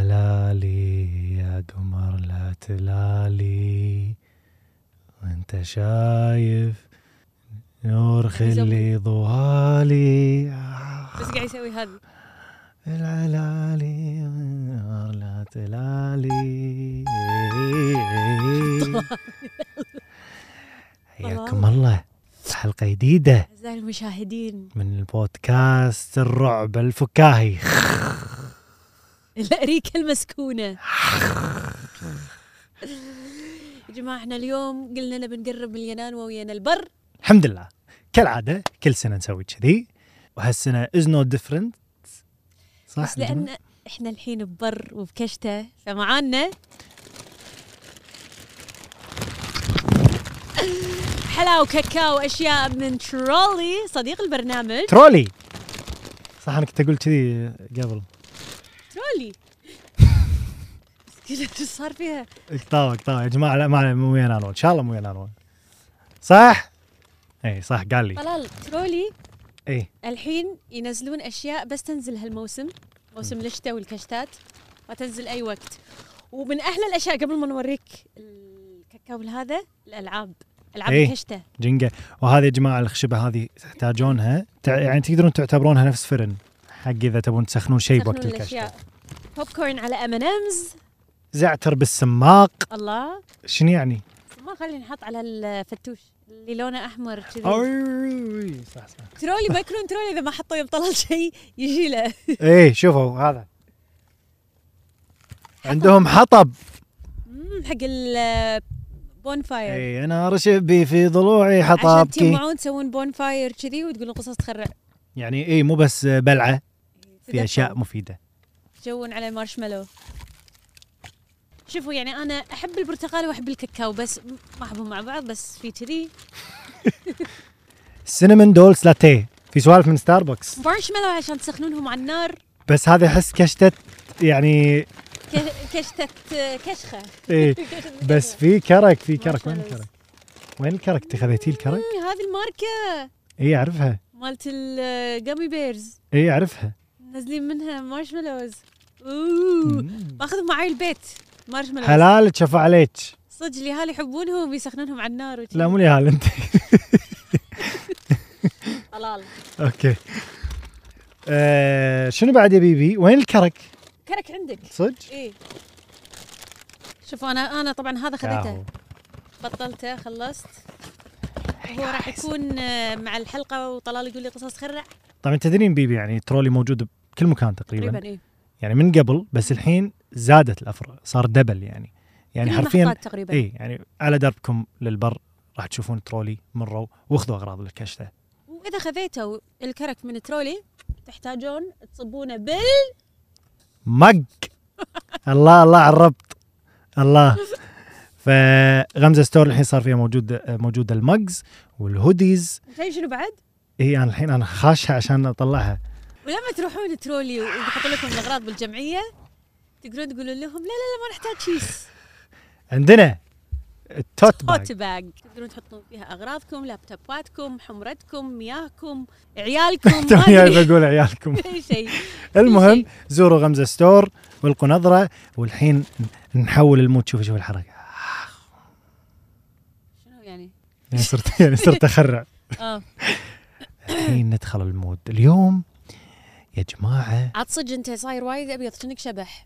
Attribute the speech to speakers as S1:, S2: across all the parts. S1: العلالي يا قمر لا تلالي وانت شايف نور خلي ضوالي آخ،
S2: بس قاعد يسوي هذا
S1: العلالي نور لا تلالي حياكم الله في حلقة جديدة
S2: اعزائي المشاهدين
S1: من البودكاست الرعب الفكاهي
S2: الاريكه المسكونه يا جماعه احنا اليوم قلنا نبي نقرب من الينانوه ويانا البر
S1: الحمد لله كالعاده كل سنه نسوي كذي وهالسنه از نو ديفرنت صح
S2: بس لان احنا الحين ببر وبكشته فمعانا حلا وكاكاو اشياء من ترولي صديق البرنامج
S1: ترولي صح انا كنت اقول كذي قبل
S2: ترولي شو صار فيها؟
S1: طاوق طاوق يا جماعه لا ما عليه، مو ويا نانون ان شاء الله مو ويا نانون صح؟ اي صح قال لي إيه،
S2: طلال ترولي
S1: اي
S2: الحين ينزلون اشياء بس تنزل هالموسم موسم الشتاء والكشتات وتنزل اي وقت ومن احلى الاشياء قبل ما نوريك الكاكاو هذا الالعاب العاب
S1: إيه.
S2: الكشتة
S1: جنقه وهذه يا جماعه الخشبه هذه تحتاجونها تع- يعني تقدرون تعتبرونها نفس فرن حق اذا تبون تسخنون شيء بوقت
S2: يسخنون
S1: الكشف
S2: بوب كورن على ام امز
S1: زعتر بالسماق
S2: الله
S1: شنو يعني؟
S2: ما خلينا نحط على الفتوش اللي لونه احمر كذي
S1: أوي، صح صح
S2: ترولي ما يكون ترولي اذا ما حطوا يم طلال شيء يشيله
S1: ايه شوفوا هذا عندهم حطب
S2: مم، حق البون فاير
S1: اي انا رشبي في ضلوعي
S2: عشان
S1: حطابكي
S2: تجمعون تسوون بون فاير كذي وتقولون قصص تخرع
S1: يعني اي مو بس بلعه في
S2: تدفعوا.
S1: اشياء مفيده
S2: تجون على المارشميلو شوفوا يعني انا احب البرتقال واحب الكاكاو بس م- ما احبهم مع بعض بس في كذي
S1: سينمون دولز لاتيه في سوالف من ستاربكس
S2: مارشميلو عشان تسخنونهم على النار
S1: بس هذا احس كشتت يعني
S2: ك- كشتة آه، كشخه
S1: اي بس في كرك في كرك وين
S2: مارشميلوز.
S1: الكرك؟ وين الكرك؟ أنت خذيتي الكرك؟ إيه،
S2: مم، هذه الماركه
S1: اي اعرفها
S2: مالت الجامي بيرز
S1: اي اعرفها
S2: نازلين منها مارشميلوز اوه باخذهم معي البيت مارشميلوز
S1: حلال تشفى عليك
S2: صدق لي هالي يحبونهم يسخنونهم على النار وجي.
S1: لا مو لي حال انت
S2: طلال
S1: اوكي آه، شنو بعد يا بيبي؟ وين الكرك؟
S2: كرك عندك
S1: صدق؟
S2: ايه شوفوا انا انا طبعا هذا خذيته
S1: ياهو.
S2: بطلته خلصت هو راح يكون آه، مع الحلقه وطلال يقول لي قصص خرع
S1: طبعا تدرين بيبي يعني ترولي موجود بكل مكان تقريبا,
S2: تقريبا اي
S1: يعني من قبل بس الحين زادت الافرع صار دبل يعني يعني
S2: كل
S1: حرفيا
S2: المحطات تقريبا
S1: اي يعني على دربكم للبر راح تشوفون ترولي مروا واخذوا اغراض الكشته
S2: واذا خذيتوا الكرك من الترولي تحتاجون تصبونه بال
S1: مق الله الله على الربط الله فغمزه ستور الحين صار فيها موجود موجود المجز والهوديز
S2: تدري شنو بعد؟
S1: اي انا الحين انا خاشها عشان اطلعها
S2: ولما تروحون الترولي ويحط لكم الاغراض بالجمعيه تقدرون تقولون لهم لا لا لا ما نحتاج كيس
S1: عندنا التوت
S2: هوت
S1: باج
S2: باج تقدرون تحطون فيها اغراضكم لابتوباتكم حمرتكم مياهكم عيالكم ما
S1: توني
S2: أدري.
S1: جاي بقول عيالكم
S2: اي شيء
S1: المهم
S2: شيء.
S1: زوروا غمزه ستور والقوا نظره والحين نحول المود شوف شوف الحركه
S2: شنو يعني؟
S1: يعني صرت يعني صرت اخرع
S2: اه
S1: الحين ندخل المود اليوم يا جماعه
S2: عاد صدق انت صاير وايد ابيض كأنك شبح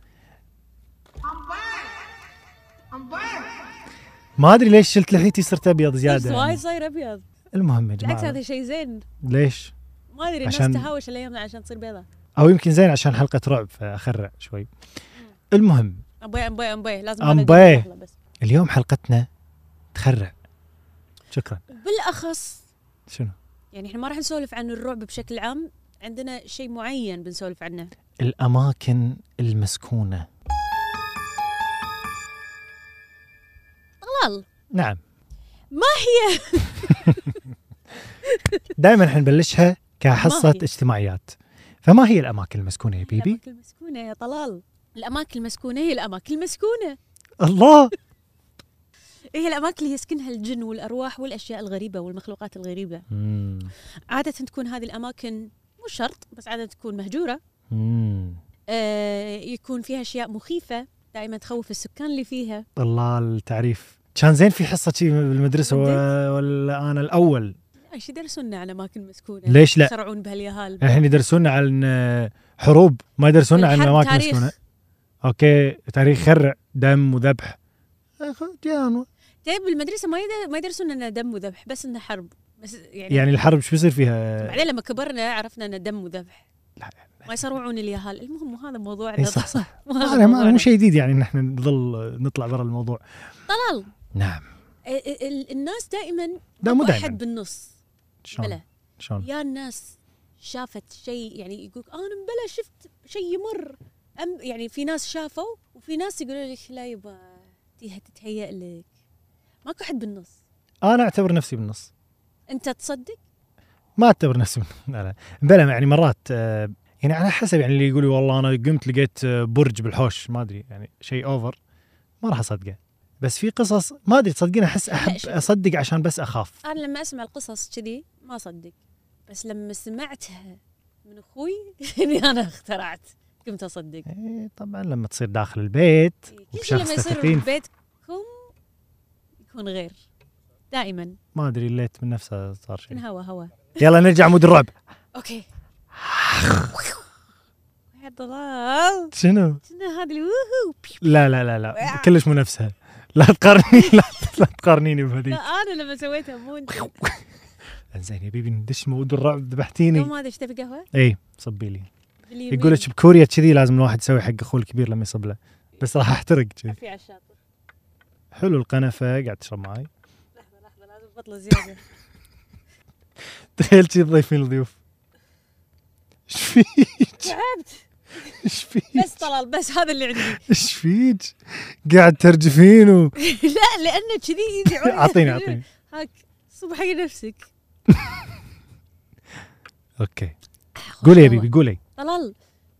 S1: ما ادري ليش شلت لحيتي صرت ابيض زياده
S2: صدق وايد
S1: يعني.
S2: صاير ابيض
S1: المهم يا
S2: بالعكس هذا
S1: جماعه
S2: شيء زين
S1: ليش
S2: ما ادري الناس
S1: عشان-
S2: تهاوش الايام عشان تصير بيضة
S1: او يمكن زين عشان حلقه رعب فاخرع شوي المهم
S2: امبي امبي امبي لازم
S1: أمبي.
S2: أنا أدري بس.
S1: اليوم حلقتنا تخرع شكرا
S2: بالاخص
S1: شنو
S2: يعني احنا ما راح نسولف عن الرعب بشكل عام عندنا شيء معين بنسولف عنه
S1: الاماكن المسكونه
S2: طلال
S1: نعم ما هي دائما حنبلشها كحصه
S2: ما هي؟
S1: اجتماعيات فما هي الاماكن المسكونه يا بيبي
S2: الاماكن المسكونه يا طلال الاماكن المسكونه هي الاماكن المسكونه
S1: الله
S2: هي الاماكن اللي يسكنها الجن والارواح والاشياء الغريبه والمخلوقات الغريبه
S1: مم.
S2: عاده تكون هذه الاماكن مو شرط بس عاده تكون مهجوره
S1: مم.
S2: آه يكون فيها اشياء مخيفه دائما تخوف السكان اللي فيها
S1: الله التعريف كان زين في حصه شي بالمدرسه و- ولا انا الاول
S2: ايش يدرسونا عن اماكن مسكونه
S1: ليش لا
S2: يشرعون بهاليهال
S1: الحين يدرسونا عن آه، حروب ما يدرسونا عن
S2: الحرب
S1: اماكن
S2: يعني تاريخ.
S1: مسكونه اوكي تاريخ خرع دم وذبح أخ، جانو.
S2: طيب بالمدرسه ما يد- ما يدرسون انه دم وذبح بس انه حرب بس يعني,
S1: يعني الحرب شو بيصير فيها
S2: بعدين لما كبرنا عرفنا انه دم وذبح
S1: لا.
S2: ما يصرعون اليهال المهم مو هذا موضوع
S1: اي صح صح
S2: مو هذا
S1: هذا ما-
S2: موضوعنا.
S1: مو شيء جديد يعني نحن نظل نطلع برا الموضوع
S2: طلال
S1: نعم
S2: ال- ال- الناس دائما
S1: لا، مو دايماً.
S2: احد بالنص
S1: شلون
S2: بلا
S1: شلون
S2: يا الناس شافت شيء يعني يقول انا بلا شفت شيء يمر أم يعني في ناس شافوا وفي ناس يقولوا لك لا يبا تيها تتهيأ لك ماكو حد بالنص
S1: انا اعتبر نفسي بالنص
S2: انت تصدق
S1: ما اعتبر نفسي من- لا لا بلا يعني مرات آه، يعني على حسب يعني اللي يقولي والله انا قمت لقيت آه، برج بالحوش ما ادري يعني شيء اوفر ما راح اصدقه بس في قصص ما ادري تصدقين احس احب
S2: شوف.
S1: اصدق عشان بس اخاف
S2: انا لما اسمع القصص كذي ما اصدق بس لما سمعتها من اخوي اني انا اخترعت قمت اصدق
S1: إيه، طبعا لما تصير داخل البيت
S2: إيه، كل شيء لما
S1: وبشخص
S2: يصير
S1: ثلاثين.
S2: ببيتكم يكون غير دائما
S1: ما ادري الليت من نفسه صار شيء
S2: من هوا هوا
S1: يلا نرجع مود الرعب
S2: اوكي يا ضلال
S1: شنو
S2: كنا هذا اللي ووهو. بيو.
S1: لا لا لا لا كلش مو نفسها لا تقارني لا, لا تقارنيني
S2: لا
S1: بهذيك
S2: انا لما سويتها مو انت
S1: زين يا بيبي ندش مود الرعب ذبحتيني
S2: يوم هذا ايش تبي قهوه؟
S1: اي صبي لي
S2: باليمين.
S1: يقول لك بكوريا كذي لازم الواحد يسوي حق اخوه الكبير لما يصب له بس راح احترق كذي
S2: في على الشاطئ
S1: حلو القنفه قاعد تشرب معي
S2: لحظه لحظه لازم بطله زياده
S1: تخيل كذي تضيفين الضيوف ايش فيك؟
S2: تعبت
S1: ايش فيك؟
S2: بس طلال بس هذا اللي عندي
S1: ايش فيك؟ قاعد ترجفين و
S2: لا لانه كذي ايدي عليا.
S1: اعطيني اعطيني
S2: هاك صب حق نفسك
S1: اوكي قولي يا بيبي قولي
S2: طلال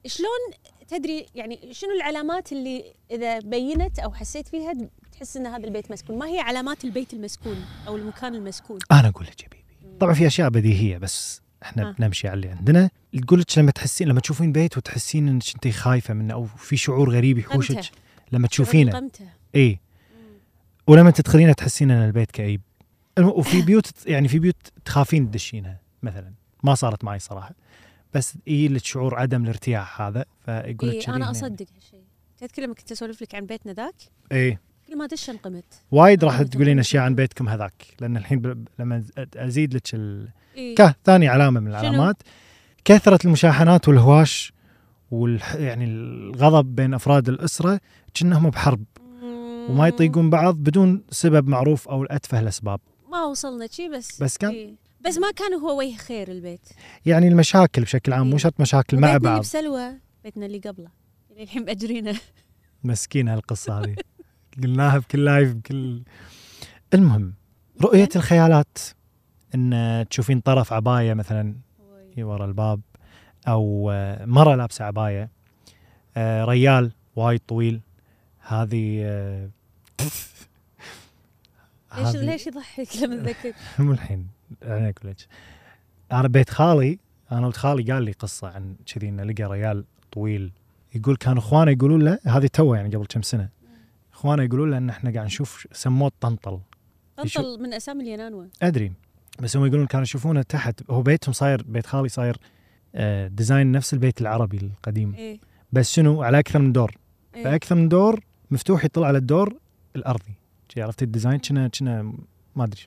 S2: شلون تدري يعني شنو العلامات اللي اذا بينت او حسيت فيها تحس ان هذا البيت مسكون ما هي علامات البيت المسكون او المكان المسكون
S1: انا اقول لك يا بيبي طبعا في اشياء بديهيه بس احنا
S2: آه.
S1: بنمشي على اللي عندنا تقول لك لما تحسين لما تشوفين بيت وتحسين انك انت خايفه منه او في شعور غريب يحوشك
S2: قمته.
S1: لما تشوفينه
S2: قمته
S1: اي ولما تدخلينها تحسين ان البيت كئيب الم- وفي بيوت يعني في بيوت تخافين تدشينها مثلا ما صارت معي صراحه بس يجي لك شعور عدم الارتياح هذا فيقول لك
S2: إيه
S1: كذي
S2: انا
S1: هنا.
S2: اصدق هالشيء تذكر لما كنت اسولف لك عن بيتنا ذاك
S1: اي
S2: كل ما دش انقمت
S1: إيه. وايد راح
S2: أنا
S1: تقولين
S2: أصدق.
S1: اشياء عن بيتكم هذاك لان الحين ب... لما أز- ازيد لك ال...
S2: إيه.
S1: كه ثاني علامه من
S2: شنو؟
S1: العلامات كثره المشاحنات والهواش والح... يعني الغضب بين افراد الاسره كأنهم بحرب وما يطيقون بعض بدون سبب معروف او الاتفه الاسباب
S2: ما وصلنا شي بس
S1: بس كان-
S2: إيه. بس ما كان هو وجه خير البيت
S1: يعني المشاكل بشكل عام مو
S2: إيه.
S1: شرط مشاكل مع
S2: وبيتنا اللي
S1: بعض
S2: بسلوى بيتنا اللي قبله اللي الحين باجرينا
S1: مسكين هالقصه هذه قلناها بكل لايف بكل المهم رؤيه
S2: إيه.
S1: الخيالات ان تشوفين طرف عبايه مثلا هي ورا الباب او آه، مره لابسه عبايه آه، ريال وايد طويل هذه آه،
S2: ليش
S1: هذه-
S2: ليش يضحك لما اتذكر
S1: مو الحين انا اقول لك انا بيت خالي انا ولد خالي قال لي قصه عن كذي انه لقى ريال طويل يقول كان اخوانه يقولون له هذه توه يعني قبل كم سنه اخوانه يقولون له ان احنا قاعد نشوف سموه الطنطل يشو-
S2: انطل من اسامي الينانوه
S1: ادري بس هم يقولون كانوا يشوفونه تحت هو بيتهم صاير بيت خالي صاير آه، ديزاين نفس البيت العربي القديم
S2: ايه
S1: بس شنو على اكثر من دور
S2: إيه.
S1: فاكثر من دور مفتوح يطلع على الدور الارضي شي عرفت الديزاين كنا كنا ما ادري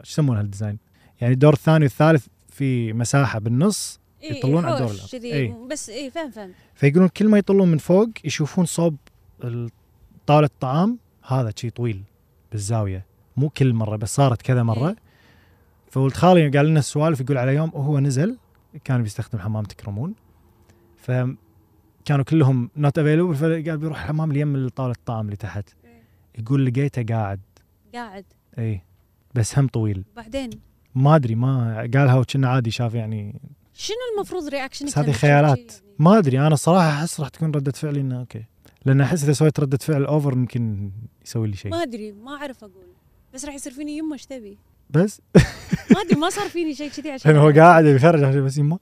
S1: ايش يسمون هالديزاين يعني الدور الثاني والثالث في مساحه بالنص
S2: إيه، إيه،
S1: يطلون على الدور
S2: حوش
S1: الأرضي.
S2: كذي،
S1: إيه.
S2: بس اي فاهم فاهم
S1: فيقولون كل ما يطلون من فوق يشوفون صوب ال- طاوله الطعام هذا شي طويل بالزاويه مو كل مره بس صارت كذا مره
S2: إيه.
S1: فولد خالي قال لنا السوالف يقول على يوم وهو نزل كان بيستخدم حمام تكرمون فكانوا كلهم نوت افيلبل فقال بيروح الحمام اللي يم طاوله الطعام اللي تحت
S2: إيه.
S1: يقول لقيته قاعد
S2: قاعد
S1: اي بس هم طويل
S2: بعدين
S1: ما ادري ما قالها وكنا عادي شاف يعني
S2: شنو المفروض رياكشنك
S1: بس هذه
S2: لما تشوف
S1: خيالات.
S2: شي يعني؟
S1: ما ادري انا الصراحه احس راح تكون رده فعلي انه اوكي لان احس اذا سويت رده فعل اوفر ممكن يسوي لي شيء
S2: ما ادري ما اعرف اقول بس راح يصير فيني يما ايش تبي
S1: بس
S2: ما ادري ما صار فيني شيء كذي عشان
S1: عشان هو قاعد بيفرج عشان بس يمه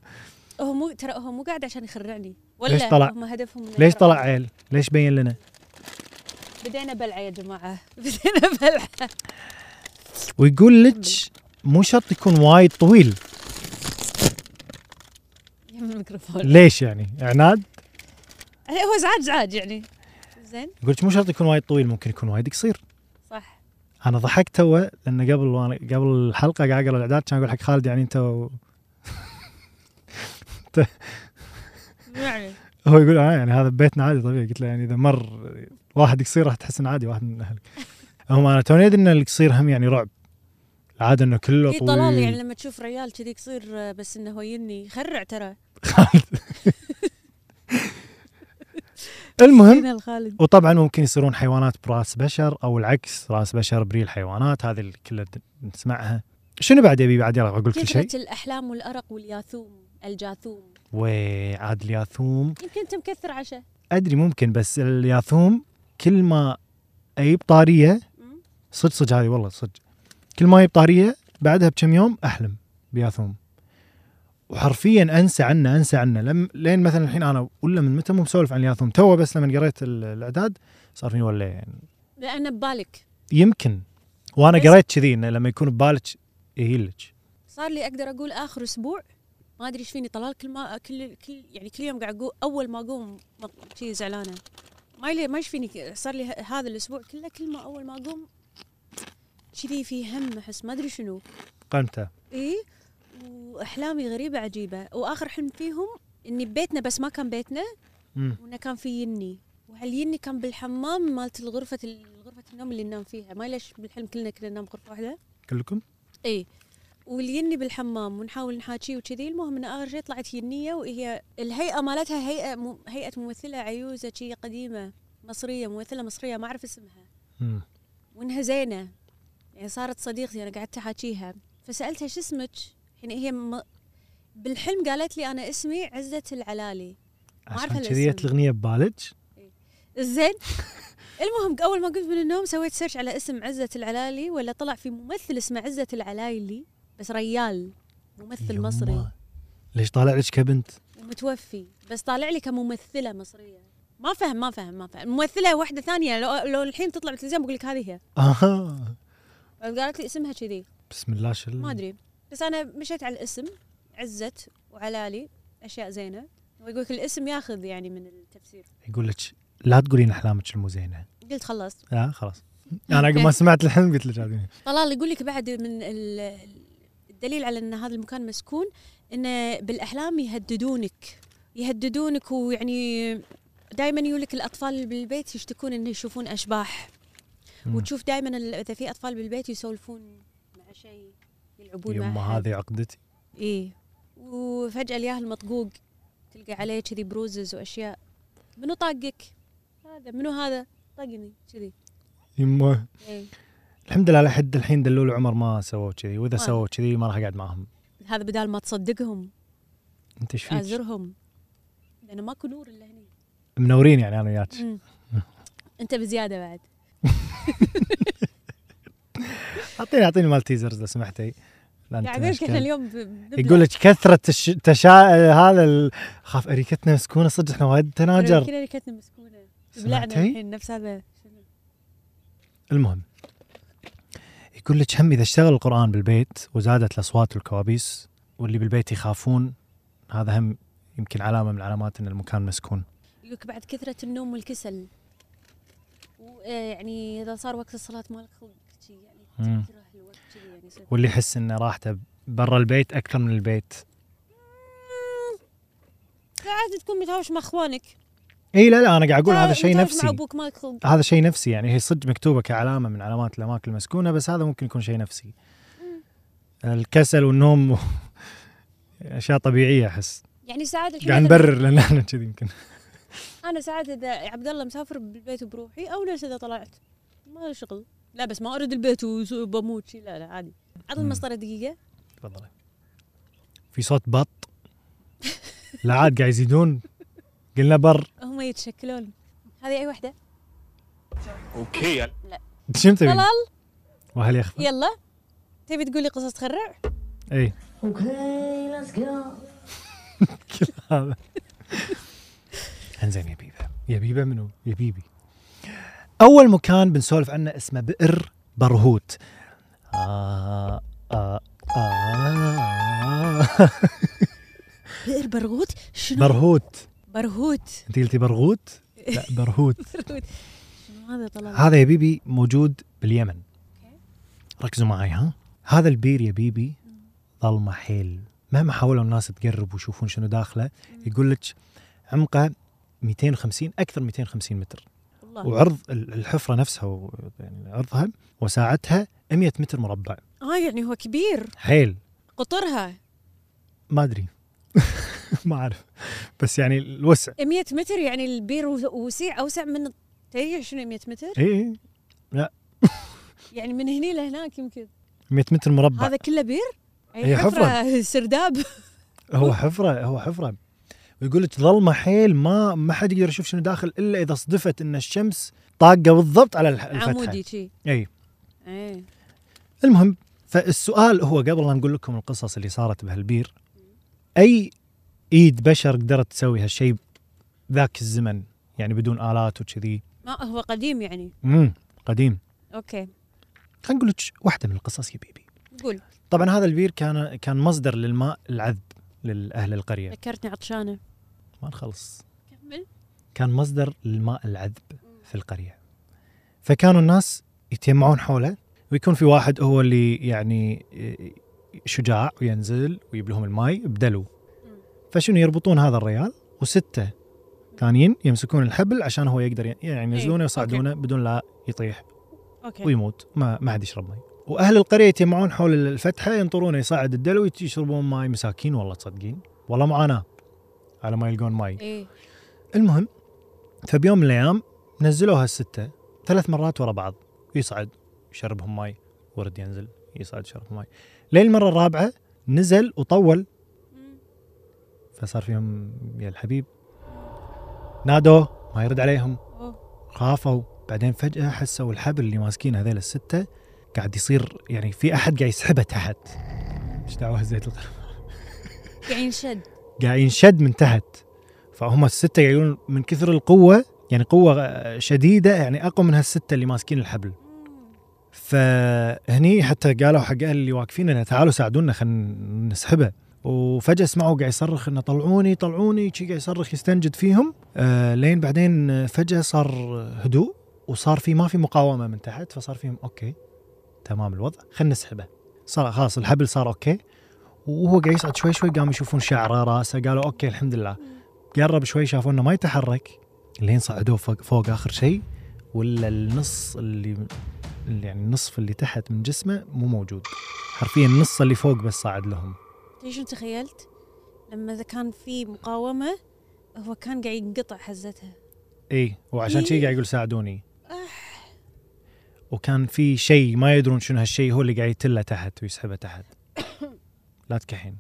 S2: هو مو ترى هو مو قاعد عشان يخرعني ولا
S1: ليش طلع؟
S2: هم هدفهم إنه
S1: ليش طلع
S2: يخرعني.
S1: عيل؟ ليش بين لنا؟
S2: بدينا بلعه يا جماعه بدينا بلعه
S1: ويقول لك مو شرط يكون وايد طويل
S2: يم الميكروفون
S1: ليش يعني عناد
S2: يعني هو ازعاج ازعاج يعني زين
S1: يقول لك مو شرط يكون وايد طويل ممكن يكون وايد قصير
S2: صح
S1: انا ضحكت تو لان قبل وانا قبل الحلقه قاعد اقرا الاعداد كان اقول حق خالد يعني انت و...
S2: يعني
S1: هو يقول اه يعني هذا بيتنا عادي طبيعي قلت له يعني اذا مر واحد قصير راح تحس انه عادي واحد من اهلك هم انا توني ادري ان القصير هم يعني رعب العاده انه كله
S2: في
S1: طويل
S2: طلال يعني لما تشوف ريال كذي قصير آه، بس انه هو يني خرع ترى
S1: المهم
S2: هنا الخالد
S1: وطبعا ممكن يصيرون حيوانات براس بشر او العكس راس بشر بريل حيوانات هذه اللي كلها نسمعها شنو بعد ابي بعد يلا اقول كل شيء
S2: كثرة الاحلام والارق والياثوم الجاثوم
S1: وعاد الياثوم
S2: يمكن انت مكثر عشاء
S1: ادري ممكن بس الياثوم كل ما اجيب طاريه
S2: مم.
S1: صدق صدق هذه والله صدق كل ما اجيب طاريه بعدها بكم يوم احلم بياثوم وحرفيا انسى عنه انسى عنه لم لين مثلا الحين انا ولا من متى مو مسولف عن الياثوم تو بس لما قريت ال- الاعداد صار فيني ولا يعني
S2: لانه ببالك
S1: يمكن وانا
S2: بس-
S1: قريت كذي انه لما يكون ببالك يهيلك
S2: صار لي اقدر اقول اخر اسبوع ما ادري ايش فيني طلال كل ما كل كل يعني كل يوم قاعد اقول اول ما اقوم مط- شي زعلانه ما لي ما ايش فيني ك- صار لي ه- هذا الاسبوع كله كل ما اول ما اقوم كذي في هم احس ما ادري شنو
S1: قمته
S2: اي واحلامي غريبه عجيبه واخر حلم فيهم اني ببيتنا بس ما كان بيتنا
S1: مم.
S2: وانه كان في يني وهاليني كان بالحمام مالت الغرفه غرفه النوم اللي ننام فيها ما ليش بالحلم كلنا كنا ننام غرفه واحده
S1: كلكم
S2: اي واليني بالحمام ونحاول نحاكيه وكذي المهم انه اخر شيء طلعت ينيه وهي الهيئه مالتها هيئه م... هيئه ممثله عيوزه شي قديمه مصريه ممثله مصريه ما اعرف اسمها
S1: مم.
S2: وانها زينه يعني صارت صديقتي انا قعدت احاكيها فسالتها شو اسمك؟ يعني هي م... بالحلم قالت لي انا اسمي عزه العلالي ما أعرف
S1: عشان
S2: إلا
S1: كذي جت
S2: اسم.
S1: الاغنيه ببالك
S2: زين المهم اول ما قمت من النوم سويت سيرش على اسم عزه العلالي ولا طلع في ممثل اسمه عزه العلايلي بس ريال ممثل
S1: يما.
S2: مصري
S1: ليش طالع لك كبنت؟
S2: ومتوفي بس طالع لي كممثله مصريه ما فهم ما فهم ما فهم ممثله واحده ثانيه لو, لو الحين تطلع بالتلفزيون بقول لك هذه هي
S1: آه.
S2: قالت لي اسمها كذي
S1: بسم الله شل
S2: ما ادري بس انا مشيت على الاسم عزه وعلالي اشياء زينه ويقول لك الاسم ياخذ يعني من التفسير
S1: يقول لك لا تقولين احلامك المو زينه
S2: قلت خلصت
S1: اه خلاص انا قبل ما سمعت الحلم قلت لك هذه.
S2: طلال يقول لك بعد من ال- الدليل على ان هذا المكان مسكون انه بالاحلام يهددونك يهددونك ويعني دائما يقول لك الاطفال اللي بالبيت يشتكون انه يشوفون اشباح
S1: مم.
S2: وتشوف دائما اذا في اطفال بالبيت يسولفون مع شيء يلعبون مع
S1: يما
S2: أحد.
S1: هذه عقدتي
S2: ايه وفجأة الياهل مطقوق تلقى عليه كذي بروزز واشياء منو طاقك؟ هذا منو هذا؟ طقني كذي
S1: يما
S2: ايه
S1: الحمد لله لحد الحين دلول عمر ما سووا كذي واذا
S2: ما-
S1: سووا كذي ما راح اقعد معهم
S2: هذا بدال ما تصدقهم
S1: انت ايش فيك؟
S2: ازرهم لانه ماكو نور الا هني
S1: منورين يعني انا وياك
S2: انت بزياده بعد
S1: اعطيني اعطيني مال تيزرز لو سمحتي لا أنت
S2: قاعدين
S1: أشكال.
S2: احنا اليوم بنبلع.
S1: يقول لك كثره الش... تشاء هذا ال... خاف اريكتنا مسكونه صدق احنا وايد تناجر
S2: كلنا ركبتنا مسكونه بلعنا
S1: سمعتي؟
S2: الحين نفس هذا شنو؟
S1: المهم يقول لك هم اذا اشتغل القران بالبيت وزادت الاصوات والكوابيس واللي بالبيت يخافون هذا هم يمكن علامه من علامات ان المكان مسكون
S2: يقول لك بعد كثره النوم والكسل و- آه، يعني اذا صار وقت الصلاه مالك خلق شي يعني
S1: مم.
S2: تكره الوقت شي يعني يصير
S1: واللي يحس انه راحته برا البيت اكثر من البيت
S2: قاعد تكون متهاوش مع اخوانك
S1: اي لا لا انا قاعد اقول هذا
S2: متهاوش
S1: شيء
S2: مع
S1: نفسي
S2: ابوك مالك خلق
S1: هذا شيء نفسي يعني هي صدق مكتوبه كعلامه من علامات الاماكن المسكونه بس هذا ممكن يكون شيء نفسي الكسل والنوم و- اشياء طبيعيه احس
S2: يعني ساعات الحين
S1: قاعد
S2: مثلاً
S1: نبرر لان احنا كذي يمكن
S2: انا ساعات اذا عبد الله مسافر بالبيت بروحي او نفس اذا طلعت ما لي شغل لا بس ما اريد البيت وس- وبموت شي لا لا عادي عطني
S1: مم.
S2: المسطره دقيقه
S1: تفضلي في صوت بط لا عاد قاعد يزيدون قلنا بر
S2: هم يتشكلون هذه اي وحده
S3: اوكي
S1: شو تبي؟
S2: طلال
S1: وهل يخفى؟
S2: يلا تبي تقولي قصص تخرع
S1: اي
S4: Okay, let's go.
S1: كل هذا انزين يا بيبه يا بيبه منو؟ يا بيبي اول مكان بنسولف عنه اسمه بئر برهوت آه آه آه
S2: بئر برغوت شنو
S1: برهوت
S2: برهوت
S1: انت قلتي برغوت؟ لا برهوت
S2: شنو هذا طلال
S1: هذا يا بيبي موجود باليمن ركزوا معي ها هذا البير يا بيبي ظلمه حيل مهما حاولوا الناس تقرب ويشوفون شنو داخله يقول لك عمقه 250 اكثر 250 متر
S2: والله
S1: وعرض ال- الحفره نفسها و- يعني عرضها وساعتها 100 متر مربع
S2: اه يعني هو كبير
S1: حيل
S2: قطرها
S1: ما ادري ما اعرف بس يعني الوسع
S2: 100 متر يعني البير وس- وسيع اوسع من تدري شنو 100 متر
S1: اي إي،
S2: يعني من هني لهناك يمكن
S1: 100 متر مربع
S2: هذا كله بير يعني
S1: هي حفرة.
S2: سرداب
S1: هو حفره هو حفره ويقول لك ظلمه حيل ما ما حد يقدر يشوف شنو داخل الا اذا صدفت ان الشمس طاقه بالضبط على الح- الفتحه
S2: عمودي شي
S1: اي
S2: ايه
S1: المهم فالسؤال هو قبل لا نقول لكم القصص اللي صارت بهالبير اي ايد بشر قدرت تسوي هالشيء ذاك الزمن يعني بدون الات وكذي
S2: ما هو قديم يعني
S1: امم قديم
S2: اوكي
S1: خلينا نقول لك واحده من القصص يا بيبي
S2: قول
S1: طبعا هذا البير كان كان مصدر للماء العذب للاهل القريه
S2: ذكرتني عطشانه
S1: ما نخلص
S2: كمل
S1: كان مصدر للماء العذب في القريه فكانوا الناس يتجمعون حوله ويكون في واحد هو اللي يعني إيه، شجاع وينزل ويجيب لهم الماي بدلو فشنو يربطون هذا الريال وسته ثانيين يمسكون الحبل عشان هو يقدر ي- يعني ينزلونه ويصعدونه بدون لا يطيح
S2: اوكي
S1: ويموت ما ما حد يشرب مي واهل القريه يتجمعون حول الفتحه ينطرونه يصعد الدلو يشربون ماي مساكين والله تصدقين والله معاناه على ما يلقون ماي
S2: ايه
S1: المهم فبيوم من الايام نزلوها السته ثلاث مرات ورا بعض يصعد يشربهم ماي ورد ينزل يصعد يشربهم ماي لين المره الرابعه نزل وطول فصار فيهم يا الحبيب نادوا ما يرد عليهم
S2: أوه.
S1: خافوا بعدين فجاه حسوا الحبل اللي ماسكين هذيل السته قاعد يصير يعني في احد قاعد يسحبه تحت ايش دعوه زيت القرف
S2: قاعد ينشد
S1: قاعد ينشد من تحت فهم السته يقولون من كثر القوه يعني قوه آه، شديده يعني اقوى من هالسته اللي ماسكين الحبل فهني حتى قالوا حق اهل اللي واقفين انه تعالوا ساعدونا خلينا نسحبه وفجاه سمعوا قاعد يصرخ انه طلعوني طلعوني شي قاعد يصرخ يستنجد فيهم آه لين بعدين آه، فجاه صار هدوء وصار في ما في مقاومه من تحت فصار فيهم اوكي تمام الوضع خلينا نسحبه صار خلاص الحبل صار اوكي وهو قاعد يصعد شوي شوي قاموا يشوفون شعره راسه قالوا اوكي الحمد لله قرب شوي شافوا انه ما يتحرك لين صعدوه فوق, فوق اخر شيء ولا النص اللي اللي يعني النصف اللي تحت من جسمه مو موجود حرفيا النص اللي فوق بس صعد لهم
S2: تدري شنو تخيلت؟ لما إذا كان في مقاومه هو كان قاعد ينقطع حزتها
S1: اي وعشان شي
S2: إيه.
S1: قاعد يقول ساعدوني وكان في شيء ما يدرون شنو هالشيء هو اللي قاعد يتله تحت ويسحبه تحت لا تكحين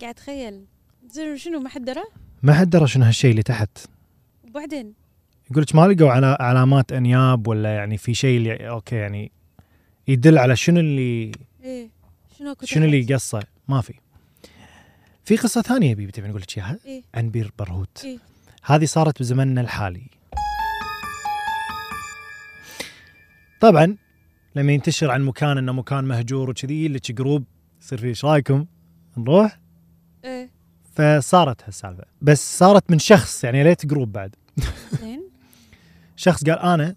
S2: قاعد اتخيل زين شنو ما حد درى
S1: ما حد درى شنو هالشيء اللي تحت
S2: وبعدين
S1: يقول لك ما لقوا على علامات انياب ولا يعني في شيء اللي اوكي يعني يدل على شنو اللي
S2: ايه شنو كنت
S1: شنو اللي قصه ما في في قصه ثانيه يا بيبي تبي نقول لك اياها
S2: إيه.
S1: عن بير برهوت
S2: إيه.
S1: هذه صارت بزمننا الحالي طبعا لما ينتشر عن مكان انه مكان مهجور وكذي لك جروب يصير فيه ايش رايكم نروح
S2: ايه
S1: فصارت هالسالفه بس صارت من شخص يعني يا ليت جروب بعد
S2: زين
S1: شخص قال انا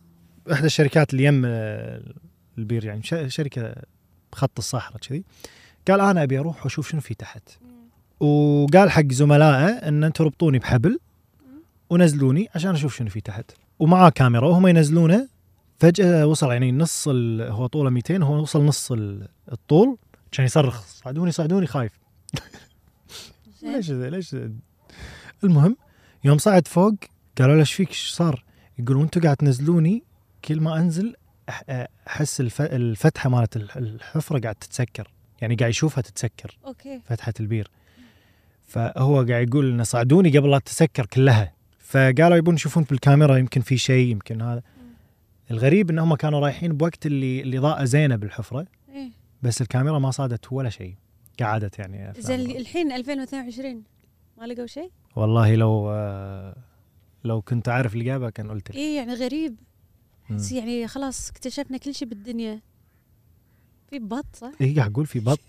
S1: احدى الشركات اللي يم آه، البير يعني ش- شركه بخط الصحراء كذي قال انا ابي اروح واشوف شنو في تحت وقال حق زملائه ان انتم ربطوني بحبل ونزلوني عشان اشوف شنو في تحت ومعاه كاميرا وهم ينزلونه فجاه وصل يعني نص ال- هو طوله 200 هو وصل نص ال- الطول كان يصرخ صعدوني صعدوني خايف
S2: إيه.
S1: ليش ذا- ليش ذا؟ المهم يوم صعد فوق قالوا له ايش فيك ايش صار؟ يقول وانتم قاعد تنزلوني كل ما انزل أح- احس الف- الفتحه مالت الح- الحفره قاعد تتسكر يعني قاعد يشوفها تتسكر
S2: اوكي
S1: فتحه البير فهو قاعد يقول انه صعدوني قبل لا تتسكر كلها فقالوا يبون يشوفون بالكاميرا يمكن في شيء يمكن هذا الغريب انهم كانوا رايحين بوقت اللي الاضاءه زينه بالحفره
S2: إيه.
S1: بس الكاميرا ما صادت ولا شيء قعدت يعني
S2: زين الحين 2022 ما لقوا شيء؟
S1: والله لو آه، لو كنت عارف الاجابه كان قلت لك
S2: ايه يعني غريب
S1: مم.
S2: بس يعني خلاص اكتشفنا كل شيء بالدنيا في بط صح؟
S1: ايه قاعد اقول في بط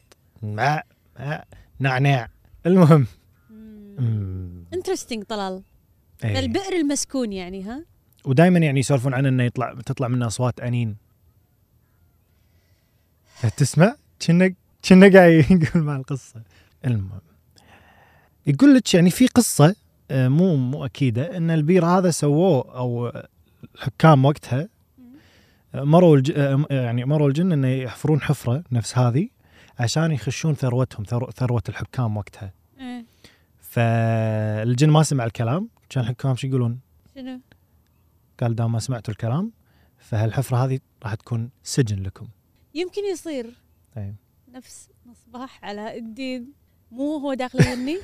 S1: مع مع نعناع المهم مم.
S2: انترستنج طلال
S1: إيه.
S2: البئر المسكون يعني ها؟
S1: ودائما يعني يسولفون عن انه يطلع تطلع منه اصوات انين تسمع كنا كنا قاعد يقول مع القصه المهم يقول لك يعني في قصه آه، مو مو اكيده ان البير هذا سووه او آه، الحكام وقتها آه، مروا الج... آه، م- يعني مروا الجن انه يحفرون حفره نفس هذه عشان يخشون ثروتهم ثرو... ثروه الحكام وقتها
S2: إيه.
S1: فالجن ما سمع الكلام كان الحكام شو يقولون
S2: شنو؟
S1: قال دام ما سمعتوا الكلام فهالحفره هذه راح تكون سجن لكم
S2: يمكن يصير
S1: أي.
S2: نفس مصباح علاء الدين مو هو داخل يغني؟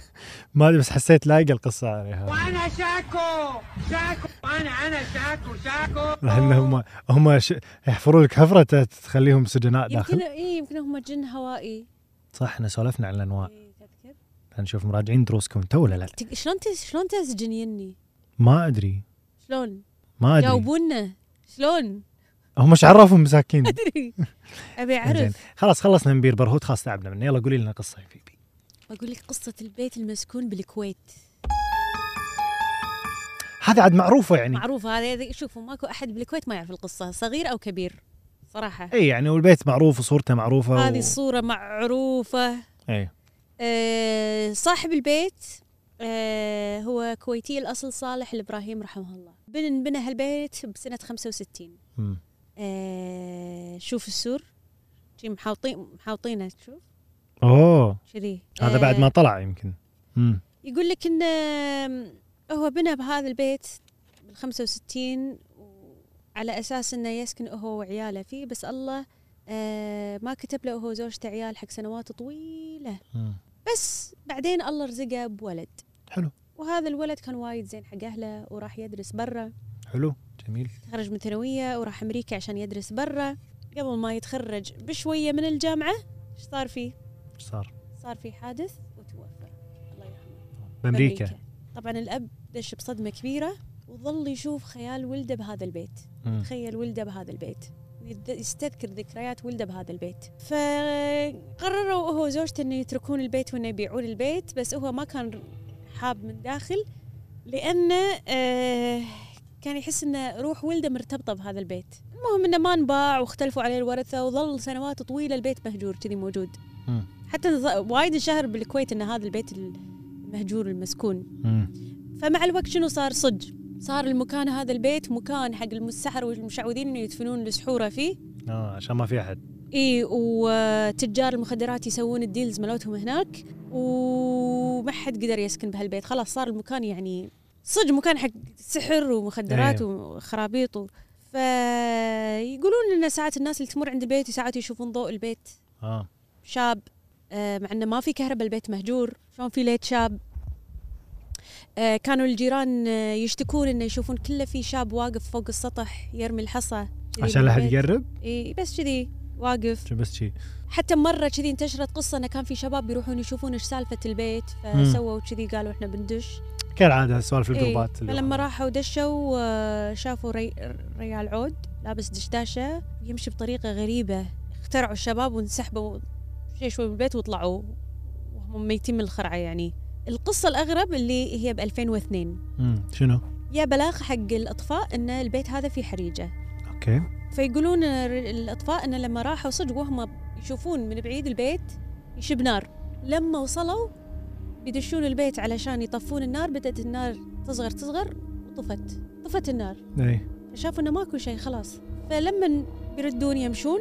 S1: ما ادري بس حسيت لايقه القصه عليها
S5: وانا شاكو شاكو انا انا شاكو شاكو
S1: راح انهم هم ش... يحفروا لك حفره ت- تخليهم سجناء
S2: يمكن
S1: داخل
S2: اي يمكن هم جن هوائي
S1: صح احنا سولفنا عن الانواع
S2: إيه، تذكر؟
S1: هنشوف مراجعين دروسكم تو ولا لا
S2: تك- شلون تس- شلون تسجن يني؟
S1: ما ادري
S2: شلون؟
S1: ما ادري
S2: جاوبونا شلون؟
S1: هم ايش عرفهم مساكين
S2: ادري ابي
S1: زين.
S2: اعرف
S1: خلاص خلصنا من بير برهوت خلاص تعبنا منه يلا قولي لنا قصه يا بيبي
S2: بقول لك قصة البيت المسكون بالكويت
S1: هذا عاد معروفه يعني
S2: معروفة هذا إذا- شوفوا ماكو أحد بالكويت ما يعرف القصة صغير أو كبير صراحة
S1: اي يعني والبيت معروف وصورته معروفه
S2: هذه الصورة معروفة
S1: اي
S2: آه صاحب البيت آه هو كويتي الأصل صالح الإبراهيم رحمه الله بن بنى هالبيت بسنة 65
S1: مم.
S2: آه شوف السور شي محاوطين محاوطينه آه، تشوف
S1: اوه
S2: كذي
S1: هذا بعد
S2: إيه.
S1: ما طلع يمكن امم
S2: يقول لك ان هو بنى بهذا البيت بال 65 على اساس انه يسكن هو وعياله فيه بس الله آه، ما كتب له هو زوجته عيال حق سنوات طويله
S1: مم.
S2: بس بعدين الله رزقه بولد
S1: حلو
S2: وهذا الولد كان وايد زين حق اهله وراح يدرس برا
S1: حلو جميل
S2: تخرج من ثانويه وراح امريكا عشان يدرس برا قبل ما يتخرج بشويه من الجامعه ايش صار فيه؟
S1: ايش صار؟
S2: صار في حادث وتوفى الله يرحمه
S1: بامريكا
S2: طبعا الاب دش بصدمه كبيره وظل يشوف خيال ولده بهذا البيت
S1: مم.
S2: تخيل ولده بهذا البيت يد- يستذكر ذكريات ولده بهذا البيت فقرروا هو وزوجته انه يتركون البيت وانه يبيعون البيت بس هو ما كان حاب من داخل لانه آه، كان يحس ان روح ولده مرتبطه بهذا البيت المهم انه ما انباع واختلفوا عليه الورثه وظل سنوات طويله البيت مهجور كذي موجود
S1: مم.
S2: حتى ظ- وايد انشهر بالكويت ان هذا البيت المهجور المسكون
S1: مم.
S2: فمع الوقت شنو صار صدق صار المكان هذا البيت مكان حق السحر والمشعوذين انه يدفنون السحوره فيه
S1: اه عشان ما في احد
S2: اي وتجار المخدرات يسوون الديلز مالتهم هناك وما حد قدر يسكن بهالبيت خلاص صار المكان يعني صدق مكان حق سحر ومخدرات وخرابيط و... فيقولون ان ساعات الناس اللي تمر عند البيت ساعات يشوفون ضوء البيت
S1: اه
S2: شاب آه، مع انه ما في كهرباء البيت مهجور شلون في ليت شاب آه، كانوا الجيران آه، يشتكون انه يشوفون كله في شاب واقف فوق السطح يرمي الحصى كذي
S1: عشان لا احد
S2: بالبيت.
S1: يقرب
S2: اي بس كذي واقف
S1: شو بس شي
S2: حتى مره كذي انتشرت قصه انه كان في شباب يروحون يشوفون ايش سالفه البيت فسووا كذي قالوا احنا بندش
S1: كالعاده السوالف في
S2: إي،
S1: الجروبات اللي
S2: إيه، فلما
S1: وراها.
S2: راحوا دشوا آه، شافوا ري... ريال عود لابس دشداشه يمشي بطريقه غريبه اخترعوا الشباب وانسحبوا شوي شوي من البيت وطلعوا وهم ميتين من الخرعه يعني القصه الاغرب اللي هي ب 2002
S1: مم. شنو؟
S2: يا بلاغ حق الاطفاء ان البيت هذا فيه حريجه
S1: اوكي
S2: فيقولون الر- الاطفاء ان لما راحوا صدق وهم يشوفون من بعيد البيت يشب نار لما وصلوا بيدشون البيت علشان يطفون النار بدأت النار تصغر تصغر وطفت طفت النار
S1: اي
S2: فشافوا انه ماكو شيء خلاص فلما يردون يمشون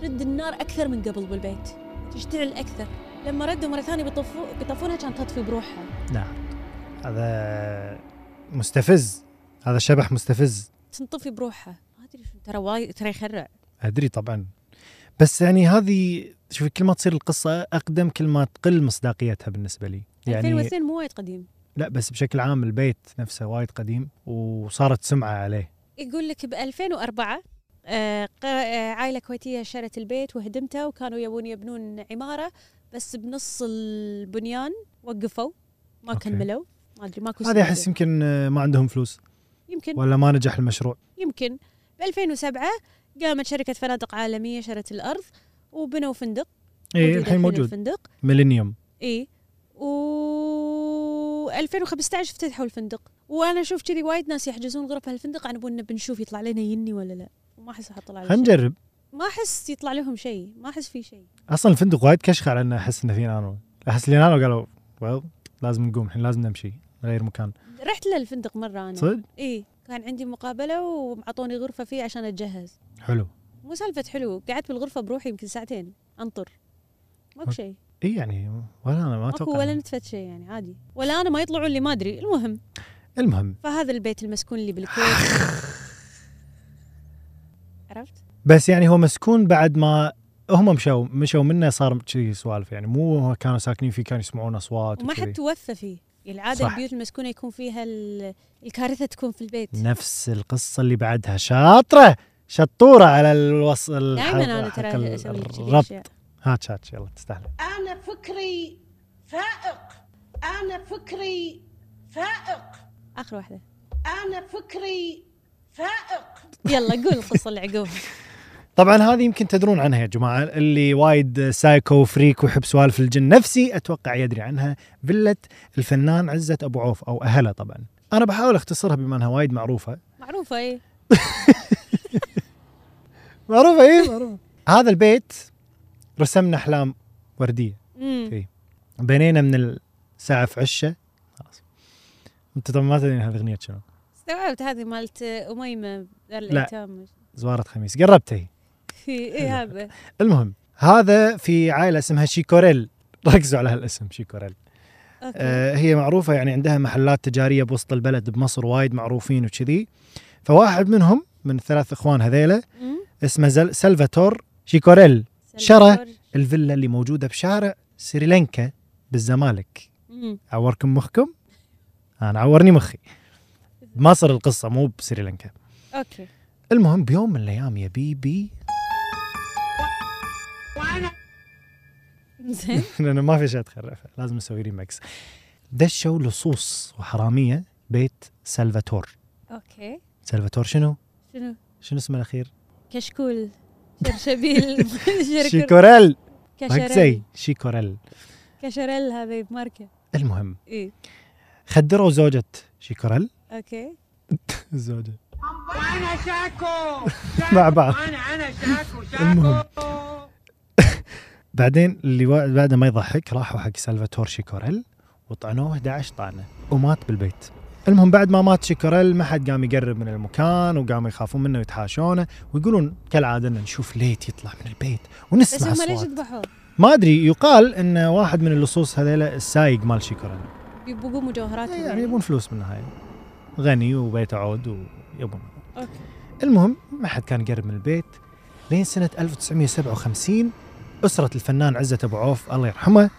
S2: ترد النار اكثر من قبل بالبيت تشتعل اكثر لما ردوا مره ثانيه بيطفو بيطفونها كانت تطفي بروحها
S1: نعم هذا مستفز هذا شبح مستفز
S2: تنطفي بروحها ما ادري شو ترى وايد ترى يخرع
S1: ادري طبعا بس يعني هذه شوفي كل ما تصير القصه اقدم كل ما تقل مصداقيتها بالنسبه لي
S2: يعني
S1: يعني
S2: 2002 مو وايد قديم
S1: لا بس بشكل عام البيت نفسه وايد قديم وصارت سمعه عليه
S2: يقول لك ب 2004 آه، ق- آه، عائله كويتيه شرت البيت وهدمته وكانوا يبون يبنون عماره بس بنص البنيان وقفوا ما
S1: أوكي.
S2: كملوا ما ادري ماكو
S1: هذا
S2: سيادة.
S1: احس يمكن آه، ما عندهم فلوس
S2: يمكن
S1: ولا ما نجح المشروع
S2: يمكن ب 2007 قامت شركة فنادق عالمية شرت الأرض وبنوا فندق
S1: اي
S2: موجود
S1: إيه، الحين موجود
S2: الفندق إيه.
S1: ميلينيوم
S2: إي و 2015 افتتحوا الفندق وأنا أشوف كذي وايد ناس يحجزون غرف هالفندق عن أبو إنه بنشوف يطلع لنا يني ولا لا وما أحس راح يطلع
S1: خلينا
S2: لنا شيء.
S1: نجرب
S2: ما أحس يطلع لهم شيء ما أحس في شيء
S1: اصلا الفندق وايد كشخه على انه احس انه في نانو احس لي نانو قالوا well, لازم نقوم الحين لازم نمشي نغير مكان
S2: رحت للفندق مرة أنا
S1: صدق
S2: إي كان عندي مقابلة وعطوني غرفة فيه عشان أتجهز
S1: حلو
S2: مو سالفة حلو قعدت بالغرفة بروحي يمكن ساعتين أنطر ماكو شيء
S1: اي يعني ولا انا ما
S2: ماكو
S1: اتوقع
S2: ولا نتفت شيء يعني عادي ولا انا ما يطلعون لي ما ادري المهم
S1: المهم
S2: فهذا البيت المسكون اللي بالكويت عرفت
S1: بس يعني هو مسكون بعد ما هم مشوا مشوا منه صار كذي سوالف يعني مو كانوا ساكنين فيه كانوا يسمعون اصوات
S2: وما
S1: وجذي.
S2: حد توفى فيه العاده
S1: صح.
S2: البيوت المسكونه يكون فيها ال- الكارثه تكون في البيت
S1: نفس القصه اللي بعدها شاطره شطوره على الوصل
S2: دائما انا ترى اسوي كذي
S1: الربط
S2: أشياء.
S1: هات شات يلا تستاهل
S5: انا فكري فائق انا فكري فائق
S2: اخر واحده
S5: انا فكري فائق
S2: يلا قول القصه اللي عقبها
S1: طبعا هذه يمكن تدرون عنها يا جماعه اللي وايد سايكو فريك ويحب سوالف الجن نفسي اتوقع يدري عنها فيلة الفنان عزة ابو عوف او اهلها طبعا انا بحاول اختصرها بما انها وايد معروفه
S2: معروفه اي
S1: معروفه اي معروفه هذا البيت رسمنا احلام ورديه
S2: امم
S1: بنينا من الساعه في عشه خلاص انت طبعا ما تدرين هذه اغنيه شنو
S2: استوعبت هذه مالت اميمه دار
S1: لا.
S2: الايتام
S1: زواره خميس قربتها هي
S2: اي إيه، هذا
S1: المهم هذا في عائله اسمها شيكوريل ركزوا على هالاسم شيكوريل
S2: اوكي
S1: آه، هي معروفة يعني عندها محلات تجارية بوسط البلد بمصر وايد معروفين وكذي فواحد منهم من ثلاث اخوان هذيله
S2: مم.
S1: اسمه زل سلفاتور شيكوريل شرى.
S2: سلفور.
S1: الفيلا اللي موجودة بشارع سريلانكا بالزمالك
S2: مم.
S1: عوركم مخكم؟ انا عورني مخي بمصر القصة مو بسريلانكا
S2: اوكي
S1: المهم بيوم من الايام يا بيبي
S5: وانا
S2: زين
S1: لانه ما في شيء تخرفه لازم نسوي ريمكس دشوا لصوص وحرامية بيت سلفاتور
S2: اوكي
S1: سلفاتور شنو؟
S2: شنو
S1: شنو اسمه الاخير؟
S2: كشكول شرشبيل شركر-
S1: شيكوريل
S2: كشرل
S1: زي شيكوريل
S2: كشرل إيه. هذا بماركه
S1: المهم
S2: اي
S1: خدروا زوجة شيكوريل
S2: اوكي
S1: الزوجة
S5: وانا شاكو
S1: مع بعض.
S5: انا انا شاكو
S1: المهم.
S5: شاكو
S1: بعدين اللي وا- بعده ما يضحك راحوا حق سلفاتور شيكوريل وطعنوه 11 طعنة ومات بالبيت المهم بعد ما مات شيكوريل ما حد قام يقرب من المكان وقاموا يخافون منه ويتحاشونه ويقولون كالعادة إن نشوف ليت يطلع من البيت
S2: بس
S1: ونسمع
S2: هم ليش
S1: أصوات
S2: ذبحوه؟
S1: ما أدري يقال إن واحد من اللصوص هذيلا السايق مال شيكوريل
S2: يبقوا مجوهرات
S1: يعني يبون فلوس من النهاية غني وبيت عود ويبون
S2: اوكي
S1: المهم ما حد كان يقرب من البيت لين سنة 1957 أسرة الفنان عزة أبو عوف الله يرحمه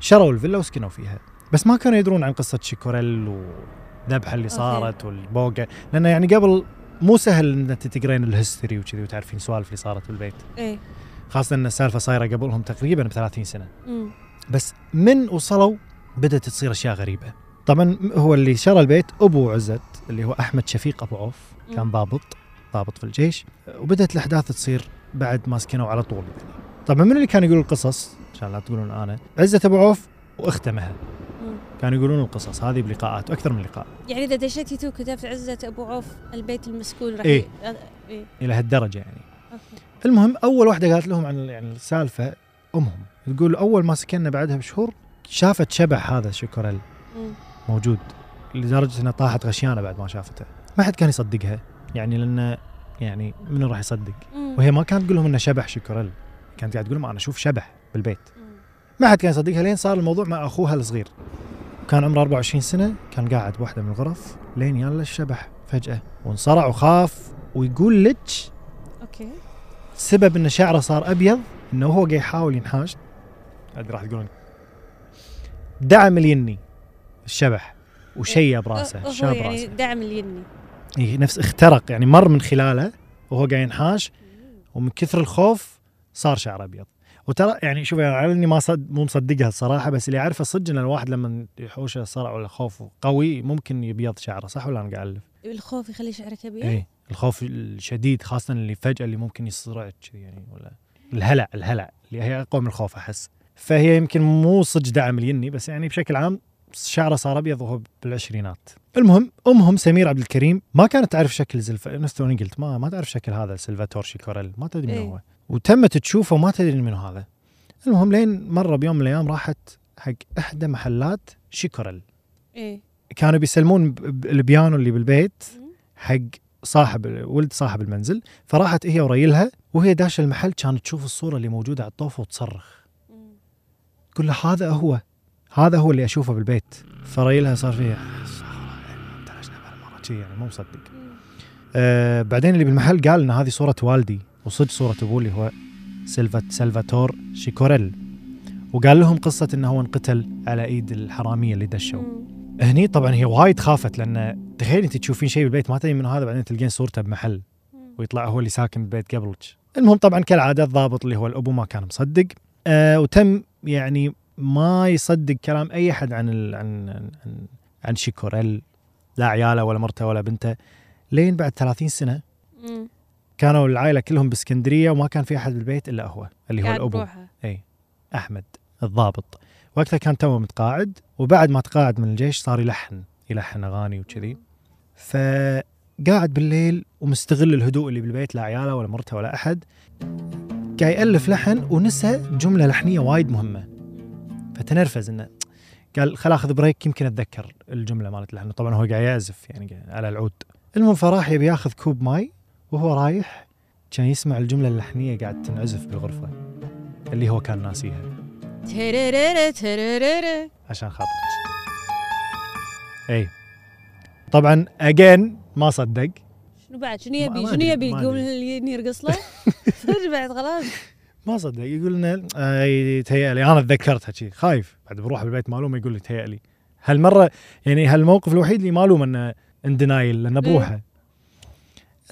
S1: شروا الفيلا وسكنوا فيها بس ما كانوا يدرون عن قصة شيكوريل والذبحة اللي
S2: أوكي.
S1: صارت والبوقة لأنه يعني قبل مو سهل ان انت تقرين الهستوري وكذي وتعرفين سوالف اللي صارت بالبيت
S2: ايه
S1: خاصة ان السالفة صايرة قبلهم تقريبا ب 30 سنة
S2: امم
S1: بس من وصلوا بدأت تصير أشياء غريبة طبعا هو اللي شرى البيت أبو عزت اللي هو أحمد شفيق أبو عوف كان
S2: مم.
S1: ضابط ضابط في الجيش وبدأت الأحداث تصير بعد ما سكنوا على طول طبعا من اللي كان يقول القصص عشان لا تقولون أنا عزة أبو عوف وأخته مها
S2: مم.
S1: كانوا يقولون القصص هذه بلقاءات وأكثر من لقاء
S2: يعني اذا دشيتي تو كتبت عزه ابو عوف البيت المسكون راح
S1: إيه.
S2: ي- أ- ايه
S1: إلى هالدرجة يعني
S2: اوكي
S1: المهم اول واحده قالت لهم عن يعني السالفه امهم تقول اول ما سكننا بعدها بشهور شافت شبح هذا شكرل
S2: مم.
S1: موجود لدرجه انها طاحت غشيانه بعد ما شافته ما حد كان يصدقها يعني لانه يعني من راح يصدق
S2: مم.
S1: وهي ما كانت تقول لهم انه شبح شكرل كانت قاعد تقول لهم انا اشوف شبح بالبيت
S2: مم.
S1: ما حد كان يصدقها لين صار الموضوع مع اخوها الصغير كان عمره 24 سنه كان قاعد بواحده من الغرف لين يلا الشبح فجاه وانصرع وخاف ويقول لك
S2: اوكي
S1: سبب ان شعره صار ابيض انه هو قاعد يحاول ينحاش ادري راح تقولون دعم اليني الشبح وشيه براسه
S2: هو
S1: شاب
S2: يعني
S1: راسه
S2: دعم اليني
S1: إيه، نفس اخترق يعني مر من خلاله وهو قاعد ينحاش ومن كثر الخوف صار شعره ابيض وترى يعني شوف يعني على اني ما صد مو مصدقها الصراحه بس اللي اعرفه صدق ان الواحد لما يحوشه صرع ولا خوف قوي ممكن يبيض شعره صح ولا انا قاعد الف؟
S2: الخوف يخلي شعرك ابيض
S1: اي الخوف الشديد خاصه اللي فجاه اللي ممكن يصرعك كذي يعني ولا الهلع الهلع اللي هي اقوى من الخوف احس فهي يمكن مو صج دعم اليني بس يعني بشكل عام شعره صار ابيض وهو بالعشرينات المهم امهم سمير عبد الكريم ما كانت تعرف شكل زلف نفس توني قلت ما ما تعرف شكل هذا سلفاتور شيكوريل ما تدري من
S2: إيه.
S1: هو وتمت تشوفه وما تدري من هذا المهم لين مره بيوم من الايام راحت حق احدى محلات شيكوريل
S2: ايه
S1: كانوا بيسلمون ب- ب- البيانو اللي بالبيت حق صاحب ولد صاحب المنزل فراحت هي وريلها وهي داشه المحل كانت تشوف الصوره اللي موجوده على الطوف وتصرخ
S2: مم.
S1: تقول له هذا هو هذا هو اللي اشوفه بالبيت فريلها صار فيها "أنت ليش نبهر مرة شي يعني مو مصدق آه بعدين اللي بالمحل قال ان هذه صوره والدي وصدق صوره ابوه اللي هو سيلفا سلفاتور شيكوريل وقال لهم قصه انه هو انقتل على ايد الحراميه اللي دشوا
S2: مم.
S1: هني طبعا هي وايد خافت لان تخيل انت تشوفين شيء بالبيت ما تدري من هذا بعدين تلقين صورته بمحل ويطلع هو اللي ساكن بالبيت قبلك المهم طبعا كالعاده الضابط اللي هو الابو ما كان مصدق آه وتم يعني ما يصدق كلام اي احد عن ال عن عن, عن, عن شيكوريل لا عياله ولا مرته ولا بنته لين بعد 30 سنه
S2: مم.
S1: كانوا العائله كلهم باسكندريه وما كان في احد بالبيت الا هو اللي هو
S2: قاعد
S1: الابو
S2: بروحه
S1: احمد الضابط وقتها كان توه متقاعد وبعد ما تقاعد من الجيش صار يلحن يلحن اغاني وكذي فقاعد بالليل ومستغل الهدوء اللي بالبيت لا عياله ولا مرته ولا احد قاعد يالف لحن ونسى جمله لحنيه وايد مهمه فتنرفز انه قال خل اخذ بريك يمكن اتذكر الجمله مالت اللحن طبعا هو قاعد يعزف يعني قاعد على العود المهم فراح يبي ياخذ كوب ماي وهو رايح كان يسمع الجمله اللحنيه قاعد تنعزف بالغرفه اللي هو كان ناسيها
S2: ترررر ترررر
S1: عشان خاطرك اي طبعا اجين ما صدق
S2: شنو بعد شنو
S1: ما- ما
S2: يبي شنو
S1: أدري،
S2: يبي
S1: ما
S2: يقوم
S1: أدري.
S2: اليني يرقص له صدق بعد خلاص
S1: ما صدق يقول لنا اي تهيأ لي انا تذكرتها شي خايف بعد بروح بالبيت مالومه يقول لي تهيأ لي هالمره يعني هالموقف الوحيد اللي مالوم انه اندنايل لانه بروحه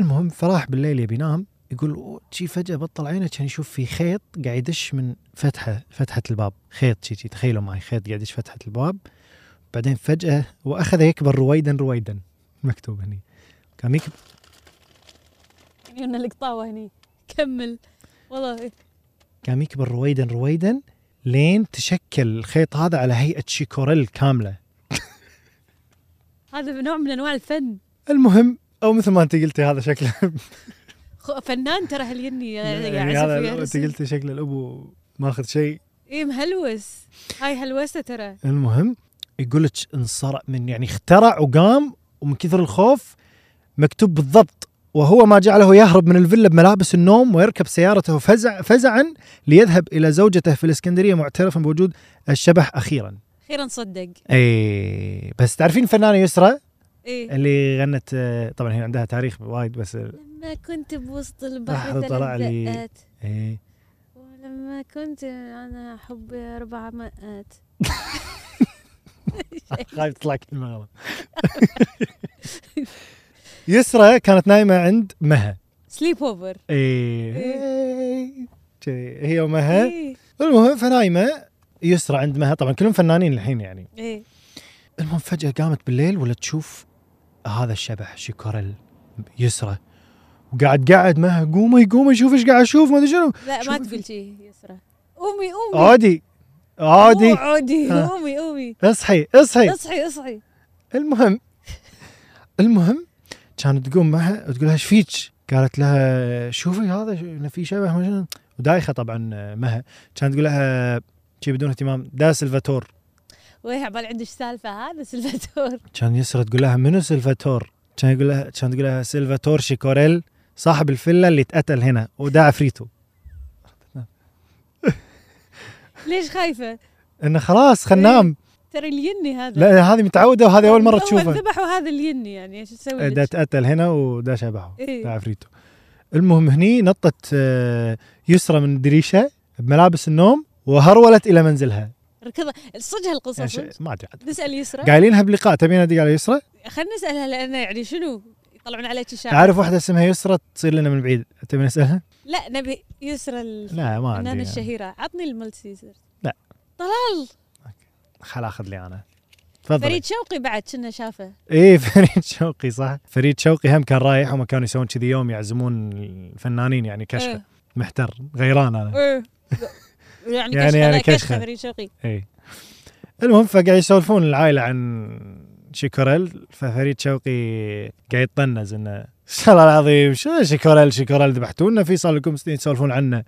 S1: المهم فراح بالليل يبي ينام يقول أوه، شي فجاه بطل عينه كان يشوف في خيط قاعد يدش من فتحه فتحه الباب خيط شي شي تخيلوا معي خيط قاعد يدش فتحه الباب بعدين فجاه واخذ يكبر رويدا رويدا مكتوب هني كان يكبر
S2: جبنا القطاوه هني كمل والله
S1: قام يكبر رويدا رويدا لين تشكل الخيط هذا على هيئة شيكوريل كاملة
S2: هذا نوع من انواع الفن
S1: المهم أو مثل ما أنت قلتي هذا شكله
S2: خ- فنان ترى هاليني
S1: يعني هذا لو أنت
S2: يعزف
S1: قلتي شكل الأبو ماخذ شيء
S2: اي إيه، مهلوس هاي هلوسه ترى
S1: المهم يقول لك انصرع من يعني اخترع وقام ومن كثر الخوف مكتوب بالضبط وهو ما جعله يهرب من الفيلا بملابس النوم ويركب سيارته فزع فزعا ليذهب الى زوجته في الاسكندريه معترفا بوجود الشبح اخيرا.
S2: اخيرا صدق
S1: اي بس تعرفين الفنانه يسرى؟
S2: ايه
S1: اللي غنت آه، طبعا هي عندها تاريخ وايد بس آه،
S2: لما كنت بوسط
S1: لحظة
S2: البحر
S1: آه، طلع لي-
S2: تلزقت
S1: ايه
S2: ولما كنت انا حبي اربع مئات
S1: خايف تطلع كلمه غلط يسرى كانت نايمه عند مها
S2: سليب اوفر
S1: ايه إيه. جي- هي ومها
S2: ايه
S1: المهم فنايمه يسرى عند مها طبعا كلهم فنانين الحين يعني
S2: ايه
S1: المهم فجاه قامت بالليل ولا تشوف هذا الشبح شيكوريل يسرى وقاعد قاعد مها قومي قومي شوف ايش قاعد اشوف ما ادري شنو
S2: لا ما
S1: شوف-
S2: تقول شي يسرى قومي قومي
S1: عادي عادي
S2: مو
S1: ها.
S2: عادي
S1: طيب.
S2: قومي قومي
S1: اصحي اصحي
S2: اصحي اصحي
S1: المهم المهم كانت تقوم معها وتقول لها ايش فيك؟ قالت لها شوفي هذا ش- إنه في شبح ما شنو ودايخه طبعا مها كانت تقول لها شي بدون اهتمام دا سلفاتور
S2: ويه عبال عندك سالفه هذا سلفاتور
S1: كان يسرى تقول لها منو سلفاتور؟ كان يقول لها كان تقول لها سلفاتور شيكوريل صاحب الفيلا اللي اتقتل هنا ودا عفريته
S2: ليش خايفه؟
S1: انه خلاص خلينا ننام
S2: ترى اليني هذا
S1: لا هذه متعوده وهذه اول مره
S2: اول
S1: تشوفه
S2: ذبح وهذا اليني يعني ايش تسوي؟
S1: إيه، دا
S2: لك؟
S1: تقتل هنا ودا شبحه
S2: إيه.
S1: دا عفريته المهم هني نطت آه، يسرى من الدريشه بملابس النوم وهرولت الى منزلها
S2: ركضها صدق
S1: يعني
S2: هالقصص
S1: شيء- ما ادري عاد
S2: نسال يسرا
S1: قايلينها بلقاء تبين ادق على يسرى
S2: خلينا نسالها لان يعني شنو يطلعون عليك اشاعه
S1: اعرف واحده اسمها يسرى تصير لنا من بعيد تبي نسالها
S2: لا نبي يسرا الفنانه
S1: لا ما عندي يعني.
S2: الشهيره عطني الملت سيزر
S1: لا.
S2: طلال
S1: خل اخذ لي انا تفضل
S2: فريد شوقي بعد كنا شافه
S1: ايه فريد شوقي صح فريد شوقي هم كان رايح وما كانوا يسوون كذي يوم يعزمون الفنانين يعني كشخه
S2: إيه.
S1: محتر غيران انا
S2: إيه.
S1: يعني-
S2: يعني كشخه
S1: يعني
S2: يعني
S1: كشخة.
S2: كشخه فريد شوقي
S1: اي المهم فقاعد يسولفون العائله عن شيكوريل ففريد شوقي قاعد يطنز انه استغفر الله العظيم شو شيكوريل شيكوريل ذبحتونا في صار لكم سنين تسولفون عنه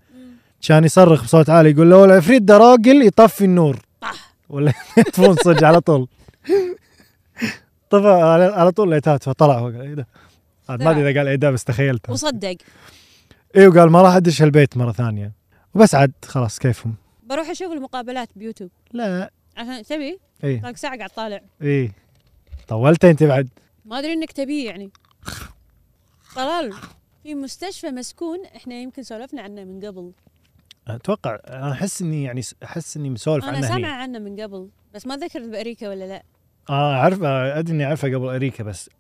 S1: كان يصرخ بصوت عالي يقول لو العفريت ده راجل يطفي النور ولا يطفون صج على طول طفى على على طول ليتات فطلع هو قال ايه ده عاد ما ادري اذا قال ايه ده بس تخيلته
S2: وصدق
S1: اي وقال ما راح ادش هالبيت مره ثانيه وبس عاد خلاص كيفهم
S2: بروح اشوف المقابلات بيوتيوب
S1: لا إيه.
S2: عشان تبي
S1: اي
S2: طاق ساعه قاعد طالع
S1: اي إيه. طولت انت بعد
S2: ما ادري انك تبيه يعني طلال في مستشفى مسكون احنا يمكن سولفنا عنه من قبل
S1: اتوقع انا احس اني يعني س- احس اني مسولف
S2: انا
S1: عنه
S2: سامعه
S1: هني
S2: عنه من قبل بس ما ذكرت بامريكا ولا لا
S1: اه اعرف آه، ادري اني اعرفه قبل اريكا بس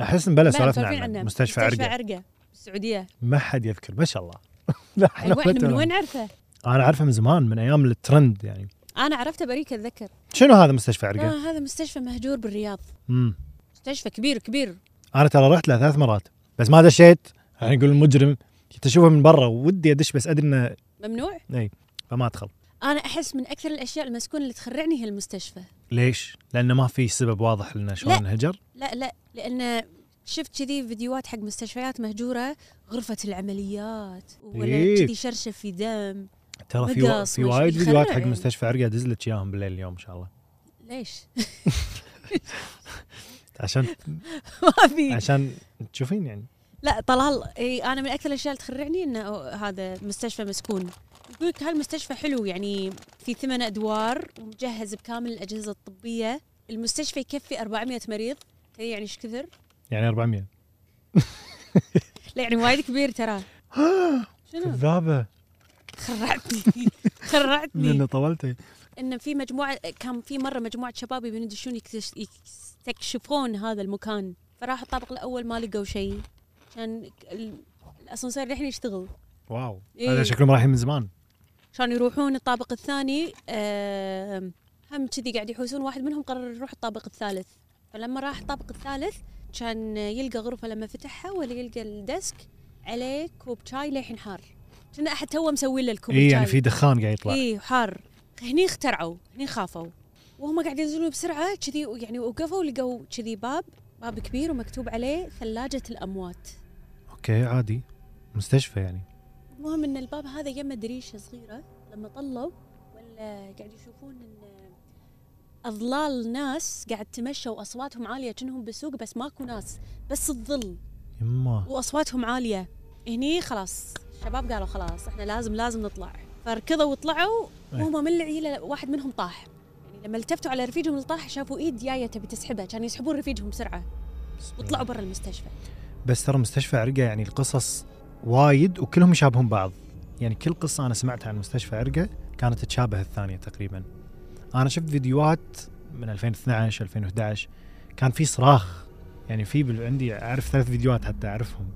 S1: احس ان بلا
S2: بلى،
S1: سولفنا
S2: مسولفين
S1: عنه مستشفى عرقه
S2: عرقه بالسعوديه
S1: ما حد يذكر ما شاء الله لا حول
S2: ايوه
S1: ولا
S2: احنا من
S1: قوة.
S2: وين عرفه؟
S1: انا عارفه من زمان من ايام الترند يعني
S2: انا عرفته بامريكا اتذكر
S1: شنو هذا مستشفى
S2: آه
S1: عرقه؟
S2: هذا مستشفى مهجور بالرياض
S1: امم
S2: مستشفى كبير كبير
S1: انا ترى رحت له ثلاث مرات بس ما دشيت يعني يقول المجرم كنت اشوفه من برا ودي ادش بس ادري انه
S2: ممنوع
S1: اي فما ادخل
S2: انا احس من اكثر الاشياء المسكونه اللي تخرعني هي المستشفى
S1: ليش؟ لانه ما في سبب واضح لنا شلون
S2: لا.
S1: انهجر
S2: لا لا لان شفت كذي فيديوهات حق مستشفيات مهجوره غرفه العمليات ولا
S1: إيه.
S2: كذي شرشف في دم
S1: ترى في و...
S2: مقاص
S1: في
S2: وش-
S1: وايد
S2: يخرع
S1: فيديوهات حق
S2: يعني.
S1: مستشفى عرقه ادز لك اياهم بالليل اليوم ان شاء الله
S2: ليش؟
S1: عشان
S2: ما في
S1: عشان تشوفين يعني
S2: لا طلال اي انا من اكثر الاشياء اللي تخرعني انه أو- هذا مستشفى مسكون يقول لك هالمستشفى حلو يعني في ثمان ادوار ومجهز بكامل الاجهزه الطبيه المستشفى يكفي 400 مريض تدري يعني ايش كثر؟
S1: يعني 400
S2: لا يعني وايد كبير ترى شنو؟
S1: كذابه
S2: خرعتني خرعتني
S1: لان طولتي
S2: ان في مجموعه كان في مره مجموعه شباب يبون يدشون يكتش- يستكشفون هذا المكان فراحوا الطابق الاول ما لقوا شيء كان ال- الاسانسير للحين يشتغل
S1: واو
S2: إيه.
S1: هذا شكلهم رايحين من زمان
S2: كانوا يروحون الطابق الثاني آم، هم كذي قاعد يحوسون واحد منهم قرر يروح الطابق الثالث فلما راح الطابق الثالث كان يلقى غرفة لما فتحها ولا يلقى الديسك عليه كوب شاي للحين حار كنا أحد توه مسوي له الكوب
S1: اي
S2: الشاي.
S1: يعني في دخان قاعد يطلع
S2: اي حار إيه، هني اخترعوا هني خافوا وهم قاعد ينزلون بسرعة كذي يعني وقفوا لقوا كذي باب باب كبير ومكتوب عليه ثلاجة الأموات
S1: اوكي عادي مستشفى يعني
S2: المهم ان الباب هذا يمه دريشه صغيره لما طلوا ولا قاعد يشوفون ان اظلال ناس قاعد تمشى واصواتهم عاليه كأنهم بالسوق بس ماكو ناس بس الظل
S1: يما
S2: واصواتهم عاليه هني خلاص الشباب قالوا خلاص احنا لازم لازم نطلع فركضوا وطلعوا
S1: أي.
S2: وهم من العيله واحد منهم طاح يعني لما التفتوا على رفيجهم اللي طاح شافوا ايد جايه تبي تسحبه كانوا يسحبون رفيجهم بسرعه
S1: بسم الله.
S2: وطلعوا برا المستشفى
S1: بس ترى مستشفى عرقه يعني القصص وايد وكلهم يشابهون بعض يعني كل قصه انا سمعتها عن مستشفى عرقه كانت تشابه الثانيه تقريبا انا شفت فيديوهات من 2012 2011 كان في صراخ يعني في بال- عندي اعرف ثلاث فيديوهات حتى اعرفهم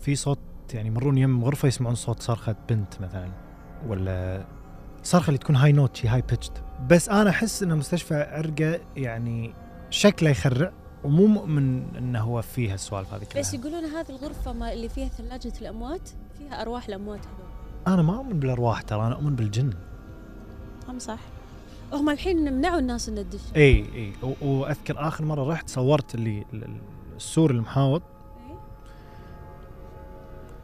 S1: في صوت يعني يمرون يم غرفه يسمعون صوت صرخه بنت مثلا ولا صرخه اللي تكون هاي نوت شي هاي بيتشد بس انا احس ان مستشفى عرقه يعني شكله يخرع ومو مؤمن انه هو فيها السوالف هذه كلها
S2: بس يقولون هذه الغرفه ما اللي فيها ثلاجه الاموات فيها ارواح الاموات هذول
S1: انا ما اؤمن بالارواح ترى انا اؤمن بالجن
S2: هم صح هم الحين منعوا الناس انها تدش
S1: اي اي و- واذكر اخر مره رحت صورت اللي ال- ال- السور المحاوط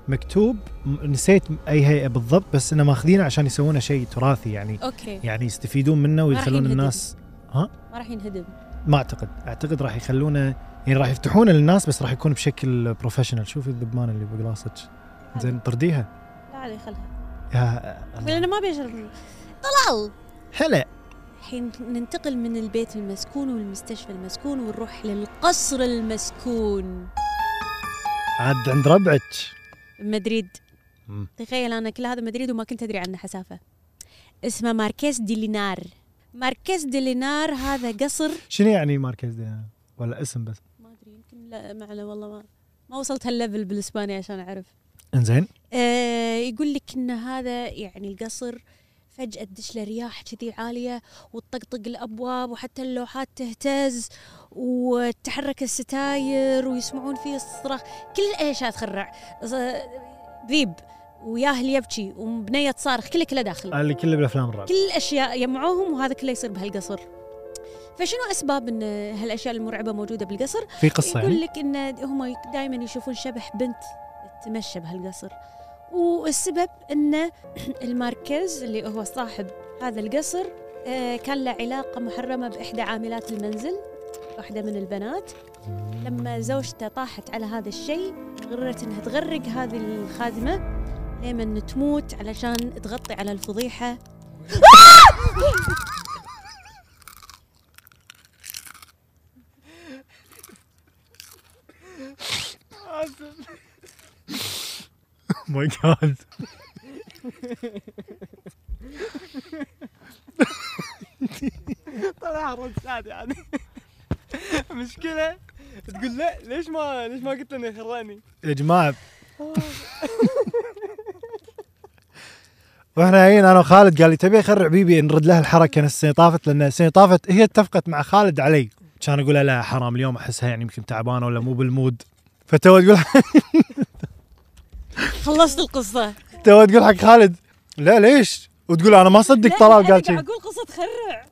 S1: مكتوب م- نسيت اي هيئه بالضبط بس انه ماخذينه عشان يسوونه شيء تراثي يعني
S2: اوكي
S1: يعني يستفيدون منه ويخلون
S2: ينهدم.
S1: الناس
S2: ما راح ينهدم
S1: ما اعتقد اعتقد راح يخلونه يعني راح يفتحونه للناس بس راح يكون بشكل بروفيشنال شوفي الذبانه اللي بقلاصك زين طرديها
S2: لا علي خلها
S1: يا الله.
S2: لانه ما بيشر طلال
S1: هلا
S2: الحين ننتقل من البيت المسكون والمستشفى المسكون ونروح للقصر المسكون
S1: عاد عند ربعك
S2: بمدريد
S1: مم.
S2: تخيل انا كل هذا مدريد وما كنت ادري عنه حسافه اسمه ماركيز دي لينار ماركيز دي لينار هذا قصر
S1: شنو يعني ماركيز دينار؟ ولا اسم بس
S2: ما ادري يمكن لا معنا والله ما ما وصلت هالليفل بالاسباني عشان اعرف
S1: انزين
S2: آه، يقول لك ان هذا يعني القصر فجأة تدش له رياح كذي عالية وتطقطق الأبواب وحتى اللوحات تهتز وتتحرك الستاير ويسمعون فيه الصراخ كل الأشياء تخرع ص- ذيب وياهل يبكي وبنية تصارخ كله كله داخل
S1: اللي كله بالافلام الرعب
S2: كل الأشياء يجمعوهم وهذا كله يصير بهالقصر فشنو أسباب أن هالأشياء المرعبة موجودة بالقصر؟
S1: في قصه
S2: يقول
S1: يعني
S2: لك ان هم دائما يشوفون شبح بنت تمشى بهالقصر والسبب ان الماركيز اللي هو صاحب هذا القصر آه، كان له علاقه محرمه باحدى عاملات المنزل واحده من البنات لما زوجته طاحت على هذا الشيء قررت انها تغرق هذه الخادمه لمن تموت علشان تغطي على الفضيحه
S1: ماي جاد
S6: طلع رد يعني مشكلة تقول لا ليش ما ليش ما قلت انه يخراني؟
S1: يا جماعه واحنا جايين انا وخالد قال لي تبي اخرع بيبي نرد لها الحركه نفس السنه طافت لان السنه طافت هي اتفقت مع خالد علي كان اقول لها لا حرام اليوم احسها يعني يمكن تعبانه ولا مو بالمود فتو تقول
S2: خلصت القصه
S1: تو تقول حق خالد لا ليش؟ وتقول انا ما اصدق طلال قال شيء
S2: اقول قصه تخرع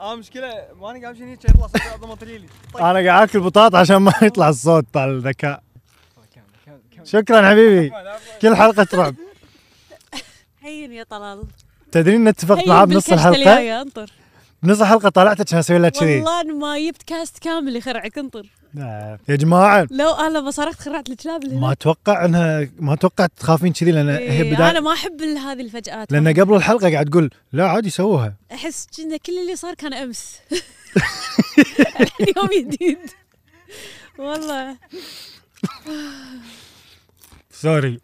S6: اه مشكلة ماني قاعد امشي هني كان يطلع صوت عظمة ريلي طيب
S1: انا قاعد اكل بطاط عشان ما يطلع الصوت طال الذكاء
S6: كمل كمل كمل
S1: شكرا حبيبي
S6: عفواً.
S1: كل حلقه رعب
S2: حين يا طلال
S1: تدري ان اتفقت
S2: حين
S1: معاه بنص
S2: بالكشتة
S1: الحلقه
S2: الجاية، انطر
S1: بنص الحلقه طلعته كان اسوي لها كذي
S2: والله إن ما جبت كاست كامل يخرعك انطر
S1: آه. يا جماعه
S2: لو انا ما صرخت خرعت الكلاب اللي
S1: ما اتوقع انها ما اتوقع تخافين كذي لان
S2: هناك.
S1: هي
S2: إيه، انا
S1: بدايه
S2: ما احب ال- هذه الفجآت
S1: لان قبل الحلقه قاعد تقول لا عادي سووها
S2: احس كنا كل اللي صار كان امس يوم جديد والله
S1: سوري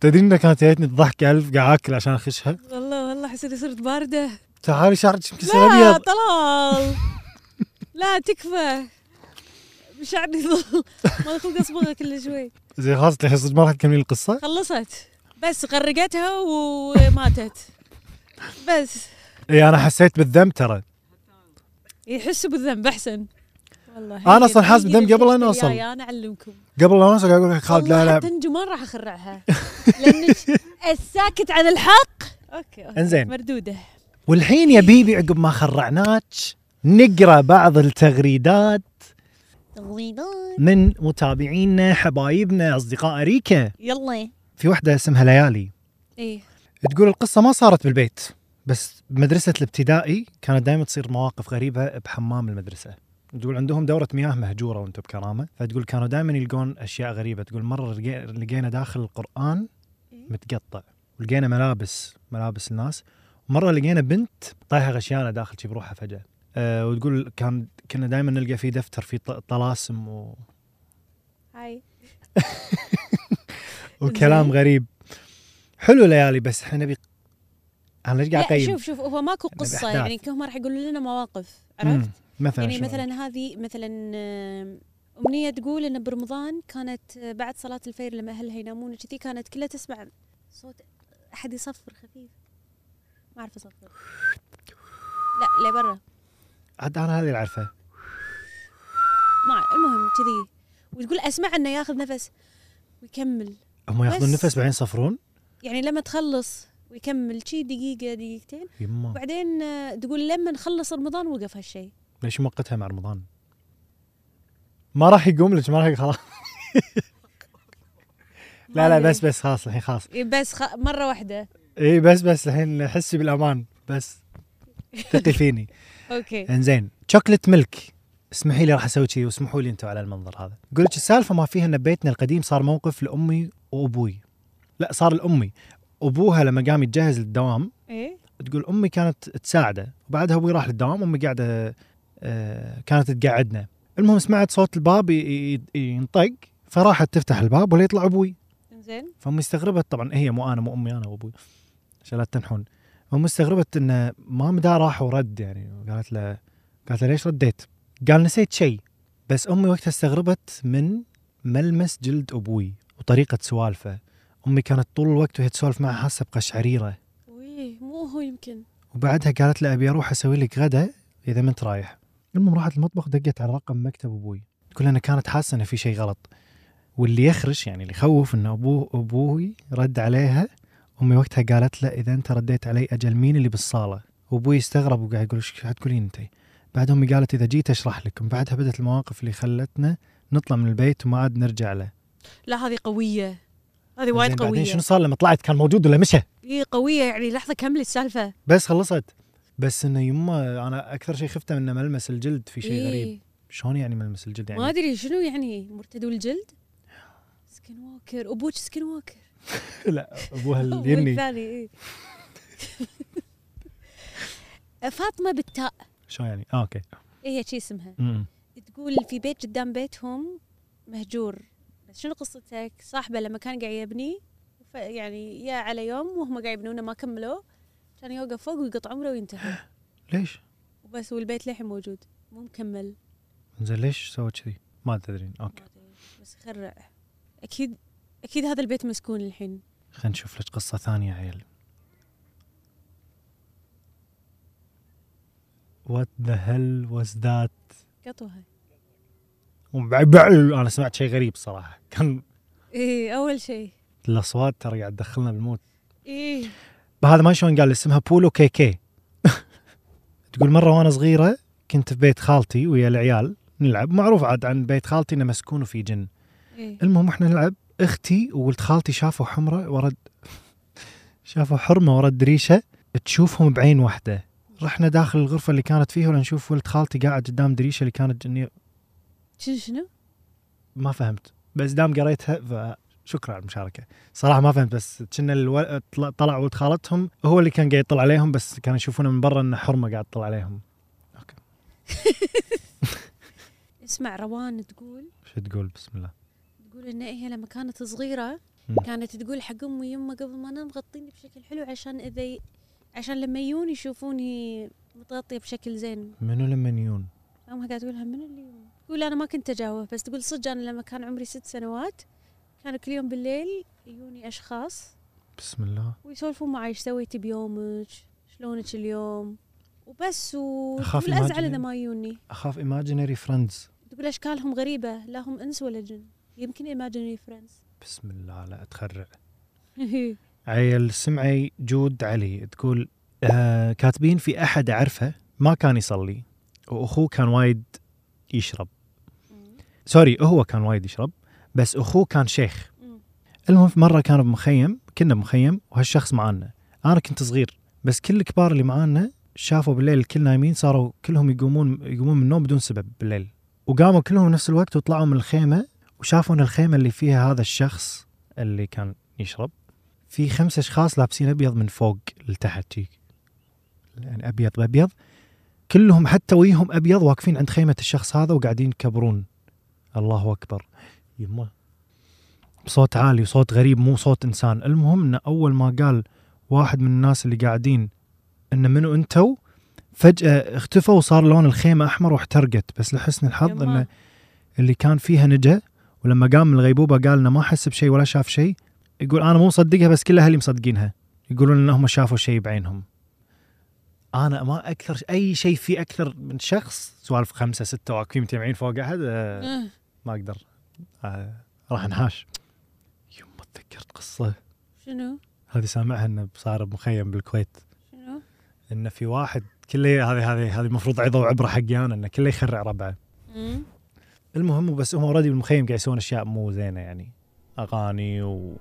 S1: تدري انها كانت جايتني الضحك الف قاعد اكل عشان اخشها
S2: والله والله حسيت صرت بارده
S1: تعالي شعرك يمكن يصير
S2: لا
S1: ابيض
S2: طلال لا تكفى شعري يظل ما خلق اصبغه كل شوي
S1: زي خلاص الحين صدق ما راح تكملين القصه
S2: خلصت بس غرقتها وماتت بس
S1: اي انا حسيت بالذنب ترى
S2: يحسوا بالذنب احسن والله
S1: أنا أصلاً حاسس
S2: هي
S1: بالذنب قبل أن
S2: الكشتة
S1: أوصل.
S2: الجاية، انا اعلمكم
S1: قبل لا نوصل قاعد اقول حق خالد لا
S2: والله
S1: لا
S2: حتى الجمال راح اخرعها لانك الساكت عن الحق اوكي اوكي
S1: إنزين.
S2: مردوده
S1: والحين يا بيبي عقب ما خرعناك نقرا بعض التغريدات
S2: تغريدات
S1: من متابعينا حبايبنا اصدقاء ريكا
S2: يلا
S1: في واحده اسمها ليالي
S2: ايه
S1: تقول القصه ما صارت بالبيت بس بمدرسه الابتدائي كانت دائما تصير مواقف غريبه بحمام المدرسه تقول عندهم دورة مياه مهجورة وانتم بكرامة، فتقول كانوا دائما يلقون اشياء غريبة، تقول مرة لقي- لقينا داخل القرآن متقطع، ولقينا ملابس ملابس الناس، مرة لقينا بنت طايحة غشيانة داخل شي بروحها فجأة. أه وتقول كان كنا دائما نلقى فيه دفتر فيه ط- طلاسم و...
S2: هاي
S1: وكلام
S2: زين.
S1: غريب. حلو ليالي بس احنا نبي انا ليش قاعد
S2: لا
S1: اقيم؟
S2: شوف شوف هو ماكو قصه
S1: بأحداث.
S2: يعني هم راح يقولوا لنا مواقف
S1: مم.
S2: عرفت
S1: مثلا
S2: يعني
S1: شنو؟
S2: مثلا هذه مثلا آم، أمنية تقول إن برمضان كانت آه، بعد صلاة الفجر لما أهلها ينامون كذي كانت كلها تسمع صوت أحد يصفر خفيف ما أعرف أصفر لا لبرا
S1: عاد انا هذه اللي اعرفها
S2: ما أعرف، المهم كذي وتقول أسمع إنه ياخذ نفس ويكمل
S1: هم ياخذون
S2: بس.
S1: نفس بعدين يصفرون
S2: يعني لما تخلص ويكمل شي دقيقة دقيقتين
S1: يما
S2: وبعدين آه، تقول لما نخلص رمضان وقف هالشيء
S1: ليش موقتها مع رمضان؟ ما راح يقوم لك ما راح يق- خلاص لا لا بس بس خلاص الحين خلاص
S2: بس خ... مرة واحدة
S1: اي بس بس الحين حسي بالامان بس ثقي فيني
S2: أوكي
S1: انزين شوكلت ملك اسمحي لي راح اسوي كذي واسمحوا لي انتم على المنظر هذا يقول لك السالفه ما فيها ان بيتنا القديم صار موقف لامي وابوي لا صار لامي ابوها لما قام يتجهز للدوام
S2: ايه
S1: تقول امي كانت تساعده وبعدها ابوي راح للدوام امي قاعده آه، كانت تقعدنا المهم سمعت صوت الباب ي- ي- ينطق فراحت تفتح الباب ولا يطلع ابوي
S2: زين
S1: فامي استغربت طبعا هي مو انا مو امي انا وابوي عشان لا تنحون فامي استغربت انه ما مدى راح ورد يعني قالت له قالت له ليش رديت؟ قال نسيت شيء بس امي وقتها استغربت من ملمس جلد ابوي وطريقه سوالفه امي كانت طول الوقت وهي تسولف معه حاسه بقشعريره
S2: ويه مو هو يمكن
S1: وبعدها قالت له ابي اروح اسوي لك غدا اذا ما انت رايح المهم راحت المطبخ دقت على رقم مكتب ابوي تقول انا كانت حاسه انه في شيء غلط واللي يخرش يعني اللي يخوف انه ابوه ابوي رد عليها امي وقتها قالت له اذا انت رديت علي اجل مين اللي بالصاله وابوي استغرب وقاعد يقول ايش قاعد تقولين انت بعد امي قالت اذا جيت اشرح لك بعدها بدت المواقف اللي خلتنا نطلع من البيت وما عاد نرجع له
S2: لا هذه قويه هذه
S1: زين،
S2: وايد
S1: بعدين
S2: قويه
S1: شنو صار لما طلعت كان موجود ولا مشى
S2: اي قويه يعني لحظه كمل السالفه
S1: بس خلصت بس انه يما انا اكثر شيء خفته انه ملمس الجلد في شيء
S2: إيه.
S1: غريب شلون يعني ملمس الجلد
S2: ما
S1: يعني
S2: ادري شنو يعني مرتدو الجلد سكن ووكر ابوك سكن ووكر
S1: لا ابوها
S2: أبوي
S1: اليني
S2: الثاني إيه. فاطمه بالتاء
S1: شلون يعني آه اوكي
S2: إيه هي شي اسمها
S1: م-م.
S2: تقول في بيت قدام بيتهم مهجور بس شنو قصتك صاحبه لما كان قاعد يبني ف- يعني يا على يوم وهم قاعد يبنونه ما كملوه كان يوقف فوق ويقطع عمره وينتهي
S1: ليش
S2: وبس والبيت للحين موجود مو مكمل
S1: زين ليش سوت كذي ما تدرين اوكي
S2: ما أدري، بس خرع اكيد اكيد هذا البيت مسكون الحين
S1: خلينا نشوف لك قصه ثانيه يا عيال وات ذا هيل واز ذات
S2: قطوها
S1: انا سمعت شيء غريب صراحه كان
S2: ايه اول شيء
S1: الاصوات ترى قاعد تدخلنا بالموت
S2: ايه
S1: هذا ما شلون قال اسمها بولو كي كي تقول مره وانا صغيره كنت في بيت خالتي ويا العيال نلعب معروف عاد عن بيت خالتي انه مسكون وفي جن
S2: ايه
S1: المهم احنا نلعب اختي وولد خالتي شافوا حمره ورا شافوا حرمه ورا الدريشه تشوفهم بعين واحده رحنا داخل الغرفه اللي كانت فيها ولنشوف ولد خالتي قاعد قدام دريشه اللي كانت جنيه
S2: شنو شنو؟
S1: ما فهمت بس دام قريتها فشكرا على المشاركه صراحه ما فهمت بس كنا الو... طلع- طلع ولد خالتهم هو اللي كان قاعد يطلع عليهم بس كانوا يشوفونه من برا ان حرمه قاعد تطلع عليهم
S2: اسمع روان تقول
S1: شو تقول بسم الله
S2: تقول ان هي لما كانت صغيره
S1: مم.
S2: كانت تقول حق امي يما قبل ما انام غطيني بشكل حلو عشان اذا ي... عشان لما يجون يشوفوني متغطيه بشكل زين
S1: منو لما يون
S2: امها قاعده تقول لها من اللي يجون؟ تقول انا ما كنت اجاوب بس تقول صدق انا لما كان عمري ست سنوات كانوا كل يوم بالليل يجوني اشخاص
S1: بسم الله
S2: ويسولفون معي ايش سويتي بيومك شلونك اليوم وبس
S1: أخاف
S2: وتقول
S1: يماجن-
S2: ازعل اذا ما يجوني
S1: اخاف imaginary friends
S2: تقول اشكالهم غريبه لا هم انس ولا جن يمكن ايماجينري فريندز
S1: بسم الله لا تخرع عيل سمعي جود علي تقول آه كاتبين في احد اعرفه ما كان يصلي واخوه كان وايد يشرب سوري هو كان وايد يشرب بس اخوه كان شيخ المهم في مره كانوا بمخيم كنا بمخيم وهالشخص معانا انا كنت صغير بس كل الكبار اللي معانا شافوا بالليل الكل نايمين صاروا كلهم يقومون يقومون من النوم بدون سبب بالليل وقاموا كلهم نفس الوقت وطلعوا من الخيمه وشافوا ان الخيمه اللي فيها هذا الشخص اللي كان يشرب في خمسة اشخاص لابسين ابيض من فوق لتحت شي. يعني ابيض بابيض كلهم حتى ويهم ابيض واقفين عند خيمه الشخص هذا وقاعدين يكبرون الله اكبر يمه بصوت عالي وصوت غريب مو صوت انسان المهم انه اول ما قال واحد من الناس اللي قاعدين انه منو انتو فجاه اختفى وصار لون الخيمه احمر واحترقت بس لحسن الحظ انه اللي كان فيها نجا ولما قام من الغيبوبه قال انه ما حس بشيء ولا شاف شيء يقول انا مو مصدقها بس كل اهلي مصدقينها يقولون انهم شافوا شيء بعينهم انا ما اكثر اي شيء في اكثر من شخص سوالف خمسه سته واقفين متجمعين فوق احد آه، ما اقدر آه، راح انحاش يوم ما تذكرت قصه
S2: شنو
S1: هذه سامعها انه صار بمخيم بالكويت
S2: شنو
S1: انه في واحد كله هذه هذه هذه المفروض عظه وعبره حقي انا انه كله يخرع ربعه
S2: مم.
S1: المهم وبس هم اوريدي بالمخيم قاعد يسوون اشياء مو زينه يعني اغاني و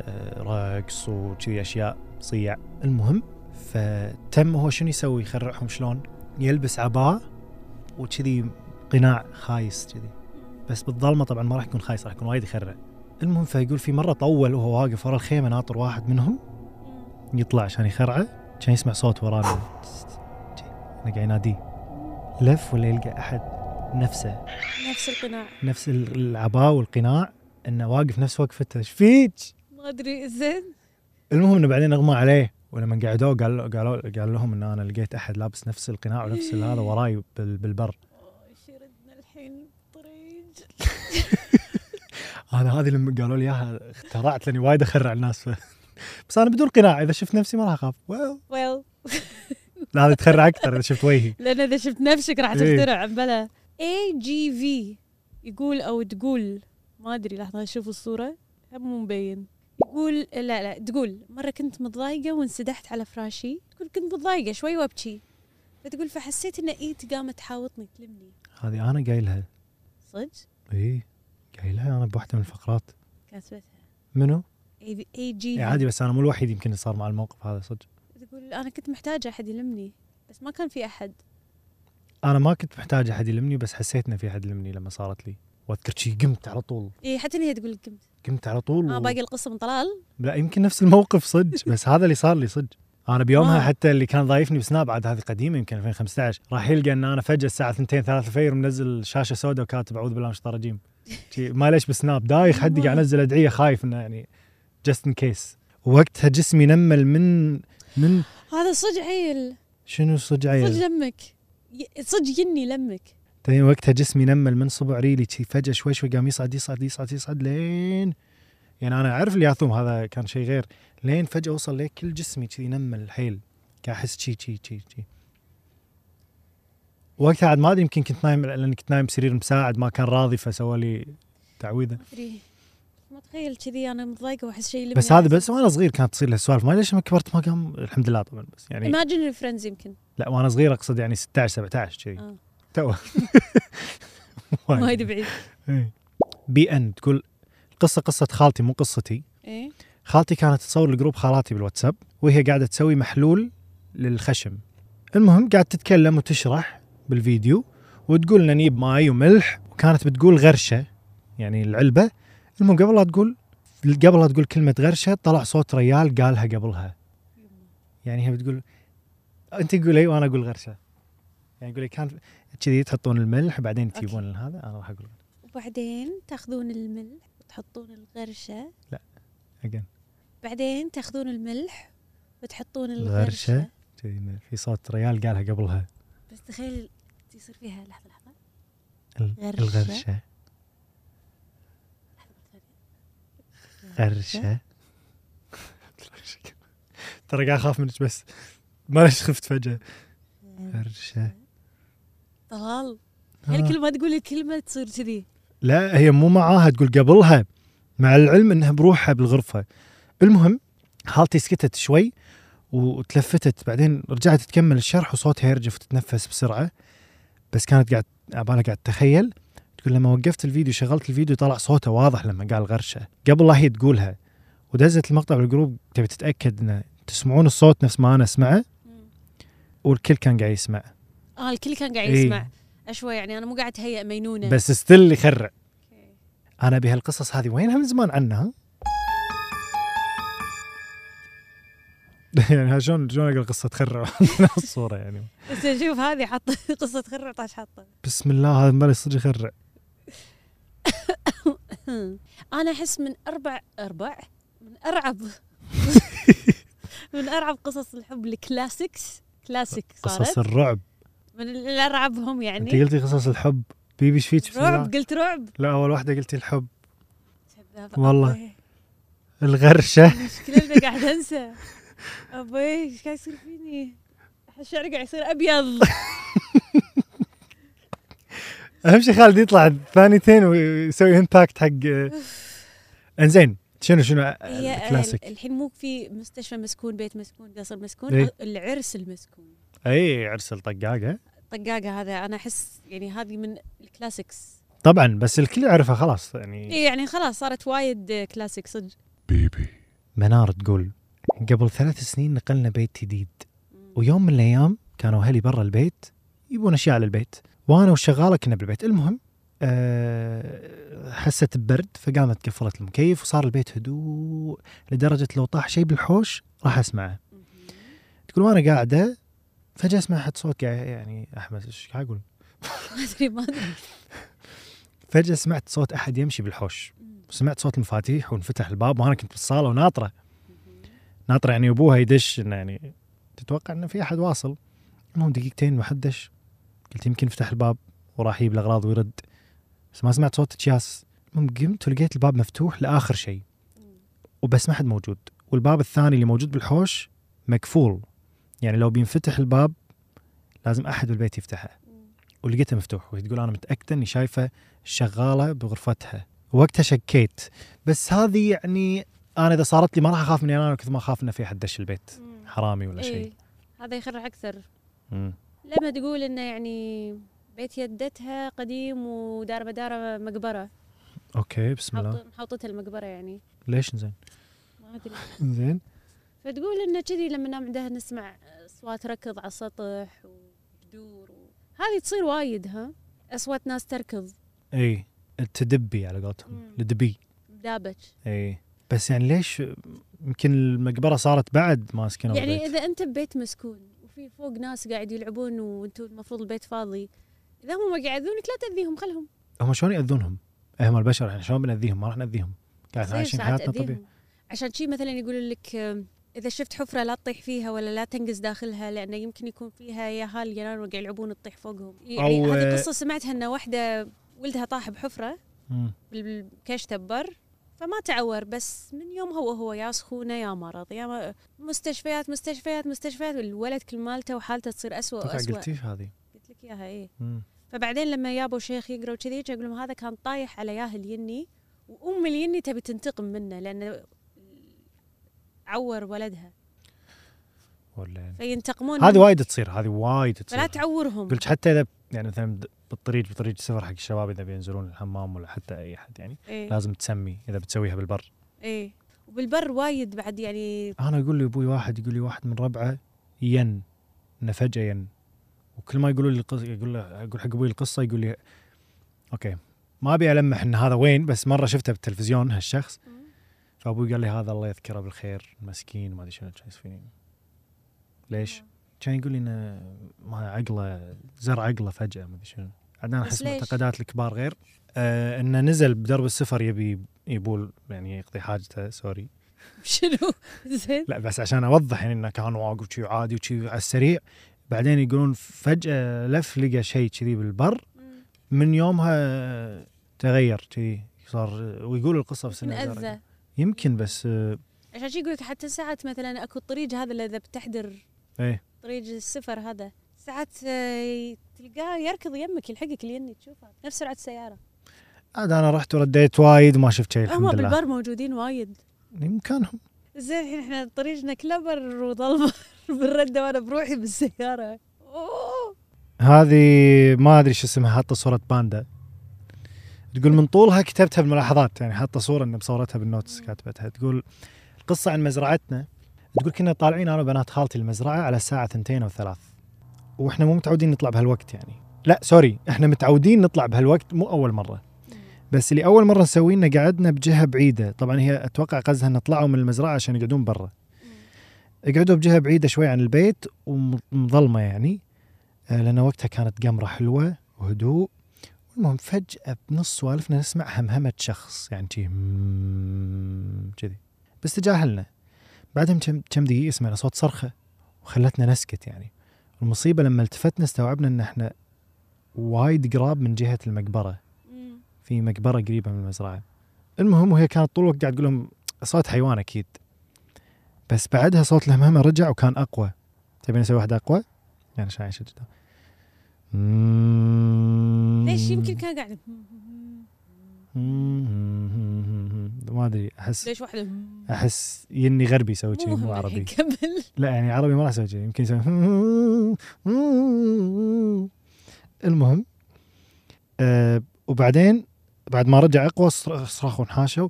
S1: آه، رقص وكذي اشياء صيع المهم فتم هو شنو يسوي يخرعهم شلون؟ يلبس عباءه وكذي قناع خايس كذي بس بالظلمه طبعا ما راح يكون خايس راح يكون وايد يخرع المهم فيقول في مره طول وهو واقف ورا الخيمه ناطر واحد منهم يطلع عشان يخرعه كان يسمع صوت ورانا انا قاعد يناديه لف ولا يلقى احد نفسه
S2: نفس القناع
S1: نفس ال- العباء والقناع انه واقف نفس وقفته ايش فيك؟
S2: ما ادري زين
S1: المهم انه بعدين اغمى عليه ولما قعدوه قالوا قالوا قال لهم ان انا لقيت احد لابس نفس القناع ونفس هذا وراي بال- بالبر
S2: ايش يردنا الحين طريق
S1: انا هذه لما قالوا لي اياها اخترعت لاني وايد اخرع الناس ف... بس انا بدون قناع اذا شفت نفسي ما راح اخاف well.
S2: ويل
S1: لا هذا تخرع اكثر اذا شفت وجهي
S2: لان اذا شفت نفسك راح
S1: إيه.
S2: تخترع عمبلا اي جي في يقول او تقول ما ادري لحظه اشوف الصوره هم مو مبين يقول لا لا تقول مره كنت متضايقه وانسدحت على فراشي تقول كنت متضايقه شوي وابكي فتقول فحسيت ان ايد قامت تحاوطني تلمني
S1: هذه انا قايلها
S2: صدق
S1: اي قايلها انا بواحده من الفقرات
S2: كاتبتها
S1: منو؟
S2: اي جي
S1: إيه عادي بس انا مو الوحيد يمكن صار مع الموقف هذا صدق
S2: تقول انا كنت محتاجه احد يلمني بس ما كان في احد
S1: انا ما كنت محتاج احد يلمني بس حسيت انه في احد يلمني لما صارت لي واذكر شي قمت على طول
S2: اي إيه، حتى إن هي تقول لك قمت
S1: قمت على طول
S2: اه
S1: و...
S2: باقي القصه من طلال
S1: لا يمكن نفس الموقف صدق بس هذا اللي صار لي صدق انا بيومها
S2: آه.
S1: حتى اللي كان ضايفني بسناب عاد هذه قديمه يمكن 2015 راح يلقى ان انا فجاه الساعه 2 3 الفجر منزل شاشه سوداء وكاتب اعوذ بالله من الشيطان الرجيم شي ما ليش بسناب دايخ حدي
S2: آه.
S1: قاعد انزل ادعيه خايف انه يعني جست ان كيس وقتها جسمي نمل من من
S2: هذا صدق عيل
S1: شنو صدق عيل
S2: صدق لمك ي- صدق يني لمك
S1: بعدين وقتها جسمي نمل من صبع ريلي شي فجاه شوي شوي قام يصعد يصعد يصعد يصعد لين يعني انا اعرف الياثوم هذا كان شيء غير لين فجاه وصل لي كل جسمي كذي نمل حيل قاعد احس شي شي شي شي وقتها عاد ما ادري يمكن كنت نايم لان كنت نايم بسرير مساعد ما كان راضي فسوى لي تعويذه
S2: ادري ما تخيل كذي انا متضايقه واحس شيء يلمني
S1: بس هذا بس وانا صغير كانت تصير له سوالف ما أدري ليش لما كبرت ما قام الحمد لله طبعا بس يعني
S2: ايماجن الفريندز يمكن
S1: لا وانا صغير اقصد يعني 16 17 كذي
S2: آه.
S1: تو طيب.
S2: وايد بعيد
S1: بي ان تقول القصه قصه خالتي مو قصتي
S2: ايه
S1: خالتي كانت تصور الجروب خالاتي بالواتساب وهي قاعده تسوي محلول للخشم المهم قاعد تتكلم وتشرح بالفيديو وتقول لنا نجيب ماي وملح وكانت بتقول غرشه يعني العلبه المهم قبل لا تقول قبل لا تقول كلمه غرشه طلع صوت ريال قالها قبلها يعني هي بتقول انت قولي وانا اقول غرشه يعني قولي كان كذي تحطون الملح بعدين
S2: أوكي.
S1: تجيبون هذا انا راح اقول
S2: وبعدين تاخذون الملح وتحطون الغرشه
S1: again.
S2: بعدين تاخذون الملح وتحطون
S1: الغرشة.
S2: الغرشه,
S1: كذي في صوت ريال قالها قبلها
S2: بس تخيل يصير فيها لحظه لحظه
S1: ال-
S2: غرشة.
S1: الغرشه غرشة ترى قاعد اخاف منك بس معلش خفت فجأة غرشة
S2: طلال
S1: آه.
S2: هل كل ما تقول الكلمه تصير كذي
S1: لا هي مو معاها تقول قبلها مع العلم انها بروحها بالغرفة المهم خالتي سكتت شوي وتلفتت بعدين رجعت تكمل الشرح وصوتها يرجف وتتنفس بسرعة بس كانت قاعد عبالها قاعد تتخيل تقول لما وقفت الفيديو شغلت الفيديو طلع صوته واضح لما قال غرشة قبل لا هي تقولها ودزت المقطع بالجروب تبي تتأكد انه تسمعون الصوت نفس ما انا اسمعه والكل كان قاعد يسمع
S2: اه الكل كان قاعد
S1: إيه.
S2: يسمع اشوى يعني انا مو قاعد اهيئ مينونه
S1: بس ستيل يخرع
S2: أوكي.
S1: انا ابي هالقصص هذه وينها من زمان عنها؟ يعني ها شلون شلون اقرا قصه خرع من الصوره يعني
S2: بس شوف هذه حط قصه خرع طاش حطه
S1: بسم الله هذا مالي صدق يخرع
S2: انا احس من اربع اربع من ارعب من ارعب قصص الحب الكلاسيكس كلاسيك
S1: قصص
S2: صارت
S1: الرعب
S2: من اللي ارعبهم
S1: انت
S2: يعني
S1: قلتي قصص الحب بيبي ايش فيك؟
S2: رعب قلت رعب
S1: لا اول واحده قلتي الحب
S2: كذاب.
S1: والله.
S2: أبوي،
S1: الغرشه
S2: المشكله اني قاعد انسى ابوي ايش قاعد يصير فيني؟ أحس شعري قاعد يصير ابيض
S1: اهم شيء خالد يطلع ثانيتين ويسوي امباكت حق انزين شنو شنو
S2: هي
S1: كلاسيك
S2: الحين مو في مستشفى مسكون بيت مسكون قصر مسكون
S1: إيه.
S2: العرس المسكون
S1: اي إيه، عرس الطقاقه
S2: طقاقه هذا انا احس يعني هذه من الكلاسيكس
S1: طبعا بس الكل يعرفها خلاص يعني
S2: إيه يعني خلاص صارت وايد كلاسيك صدق
S1: منار تقول قبل ثلاث سنين نقلنا بيت جديد ويوم من الايام كانوا اهلي برا البيت يبون اشياء للبيت وانا والشغاله كنا بالبيت المهم أه، حست ببرد فقامت قفلت المكيف وصار البيت هدوء لدرجه لو طاح شيء بالحوش راح اسمعه تقول وانا قاعده فجاه سمعت صوت قاعد يعني احمد ايش قاعد اقول
S2: ما ادري ما ادري
S1: فجاه سمعت صوت احد يمشي بالحوش وسمعت صوت المفاتيح وانفتح الباب وانا كنت بالصاله وناطره ناطره يعني ابوها يدش انه يعني تتوقع انه في احد واصل المهم دقيقتين ما حد دش قلت يمكن فتح الباب وراح يجيب الاغراض ويرد بس ما سمعت صوت اكياس المهم قمت ولقيت الباب مفتوح لاخر شيء وبس ما حد موجود والباب الثاني اللي موجود بالحوش مقفول يعني لو بينفتح الباب لازم احد بالبيت يفتحه ولقيته مفتوح وهي تقول انا متاكده اني شايفه الشغاله بغرفتها وقتها شكيت بس هذه يعني انا اذا صارت لي ما راح اخاف من انا كثر ما اخاف انه في احد دش البيت حرامي ولا
S2: إيه.
S1: شيء
S2: هذا يخرع اكثر
S1: مم.
S2: لما تقول انه يعني بيت يدتها قديم ودار بداره مقبره
S1: اوكي بسم الله
S2: محوط- محوطتها المقبره يعني
S1: ليش زين
S2: ما ادري
S1: زين
S2: فتقول انه كذي لما نام عندها نسمع اصوات ركض على السطح وجذور و... هذه تصير وايد ها اصوات ناس تركض
S1: اي إيه، التدبي على قولتهم
S2: مم.
S1: الدبي
S2: دابج
S1: اي بس يعني ليش يمكن المقبره صارت بعد ما سكنوا
S2: يعني
S1: يعني
S2: اذا انت ببيت مسكون وفي فوق ناس قاعد يلعبون وانتم المفروض البيت فاضي اذا هم ما قاعدونك لا تاذيهم خلهم
S1: هم شلون ياذونهم؟ هم البشر يعني شلون بنأذيهم؟ ما راح نأذيهم قاعد
S2: تصير
S1: عايشين
S2: ساعات
S1: حياتنا طبيعي
S2: تأذيهم. عشان شي مثلا يقول لك آم، اذا شفت حفره لا تطيح فيها ولا لا تنقز داخلها لانه يمكن يكون فيها ياهال ينانوق يلعبون تطيح فوقهم يعني
S1: أو- آه،
S2: هذه قصه سمعتها ان واحده ولدها طاح بحفره
S1: مم.
S2: بالكاش تبر فما تعور بس من يومها وهو يا سخونه يا مرض يا م- مستشفيات مستشفيات مستشفيات الولد كل مالته وحالته تصير أسوأ
S1: اتوقع
S2: وأسوأ
S1: قلتيش هذه
S2: قلت لك اياها ايه
S1: مم.
S2: فبعدين لما يابوا شيخ يقرا وكذي يقول لهم هذا كان طايح على ياهل يني وام اليني تبي تنتقم منه لانه عور ولدها
S1: ولا يعني.
S2: فينتقمون
S1: هذه
S2: منه.
S1: وايد تصير هذه وايد تصير
S2: فلا تعورهم
S1: قلت حتى اذا يعني مثلا د- بالطريق بطريق السفر حق الشباب اذا بينزلون الحمام ولا حتى اي احد يعني
S2: ايه
S1: لازم تسمي اذا بتسويها بالبر
S2: ايه وبالبر وايد بعد يعني
S1: انا اقول لي ابوي واحد يقول لي واحد من ربعه ين انه فجاه ين وكل ما يقولوا لي القصه يقول له- اقول حق ابوي القصه يقول لي اوكي ما ابي المح ان هذا وين بس مره شفته بالتلفزيون هالشخص فابوي قال لي هذا الله يذكره بالخير مسكين ما ادري شنو كان يسوي ليش؟ كان يقول لي انه ما عقله زر عقله فجاه ما ادري شنو عدنان
S2: بس
S1: احس
S2: ليش؟
S1: معتقدات الكبار غير آه انه نزل بدرب السفر يبي يبول يعني يقضي حاجته سوري
S2: شنو زين
S1: لا بس عشان اوضح يعني انه كان واقف شي عادي وشي على السريع بعدين يقولون فجاه لف لقى شيء كذي بالبر من يومها تغير كذي صار ويقول القصه بس إنه
S2: نأذى
S1: يمكن بس آه،
S2: عشان شي يقولك حتى ساعات مثلا اكو الطريق هذا اللي اذا بتحضر
S1: ايه
S2: طريق السفر هذا ساعات آه، تلقاه يركض يمك يلحقك اليني تشوفه نفس سرعه السياره
S1: عاد انا رحت ورديت وايد وما شفت شيء
S2: هم
S1: الحمد لله
S2: بالبر موجودين وايد
S1: يمكنهم
S2: زين الحين احنا طريقنا كله بر وظلمه بالرده وانا بروحي بالسياره اوه
S1: هذه ما ادري شو اسمها حاطه صوره باندا تقول من طولها كتبتها بالملاحظات يعني حاطه صوره اني مصورتها بالنوتس كاتبتها تقول القصه عن مزرعتنا تقول كنا طالعين انا وبنات خالتي المزرعه على الساعه ثنتين او ثلاث واحنا مو متعودين نطلع بهالوقت يعني لا سوري احنا متعودين نطلع بهالوقت مو اول مره بس اللي اول مره نسويه انه قعدنا بجهه بعيده طبعا هي اتوقع قصدها ان طلعوا من المزرعه عشان يقعدون برا قعدوا بجهه بعيده شوي عن البيت ومظلمه يعني آه، لأن وقتها كانت قمرة حلوة وهدوء المهم فجأة بنص سوالفنا نسمع همهمة شخص يعني شي مم، كذي بس تجاهلنا بعدهم كم كم دقيقة سمعنا صوت صرخة وخلتنا نسكت يعني المصيبة لما التفتنا استوعبنا ان احنا وايد قراب من جهة المقبرة
S2: مم.
S1: في مقبرة قريبة من المزرعة المهم وهي كانت طول الوقت قاعد تقول لهم صوت حيوان أكيد بس بعدها صوت الهمهمة رجع وكان أقوى تبين نسوي واحدة أقوى؟ يعني عشان أعيش جدا
S2: ليش يمكن كان قاعد
S1: ما أدري أحس
S2: ليش واحده
S1: أحس يني غربي يسوي
S2: مو
S1: كذي
S2: مهم
S1: مو
S2: الحين،
S1: عربي
S2: كمل
S1: لا يعني عربي ما راح اسوي كذي يمكن يسوي المهم آه وبعدين بعد ما رجع اقوى صر- صرخوا انحاشوا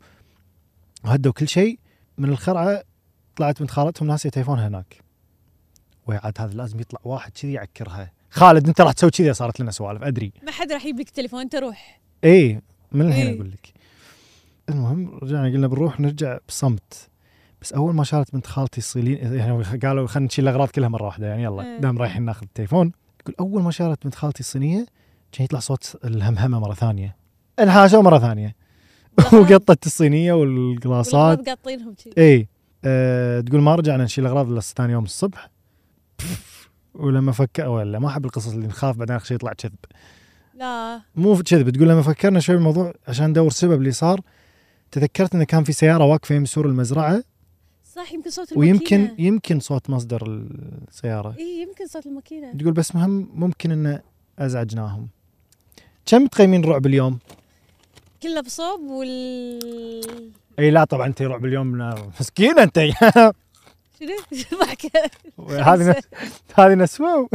S1: وهدوا كل شيء من الخرعه طلعت بنت خالتهم ناسيه تليفونها هناك ويا عاد هذا لازم يطلع واحد كذي يعكرها خالد انت راح تسوي كذي صارت لنا سوالف ادري
S2: ما حد راح يجيب لك تليفون انت روح
S1: اي إيه، من الحين
S2: إي.
S1: اقول لك المهم رجعنا قلنا بنروح نرجع بصمت بس اول ما شالت بنت خالتي الصيلين يعني قالوا خلينا نشيل الاغراض كلها مره واحده يعني يلا
S2: إي.
S1: دام رايحين ناخذ التليفون تقول اول ما شالت بنت خالتي الصينيه كان يطلع صوت الهمهمه مره ثانيه الحاشة مره ثانيه وقطت الصينيه والقلاصات
S2: والأغراض قاطينهم شي.
S1: اي أه تقول ما رجعنا نشيل اغراض الا ثاني يوم الصبح بف، ولما فكر ولا ما احب القصص اللي نخاف بعدين اخر شيء يطلع كذب
S2: لا
S1: مو كذب تقول لما فكرنا شوي بالموضوع عشان ندور سبب اللي صار تذكرت انه كان في سياره واقفه يم سور المزرعه
S2: صح يمكن صوت الماكينه
S1: ويمكن يمكن صوت مصدر السياره
S2: اي إيه، يمكن صوت الماكينه
S1: تقول بس مهم ممكن انه ازعجناهم كم تقيمين رعب اليوم؟
S2: كله بصوب وال
S1: اي لا طبعا انت رعب اليوم لا، مسكينه انت
S2: شنو؟ ضحكه
S1: هذه نس- هذه نسوه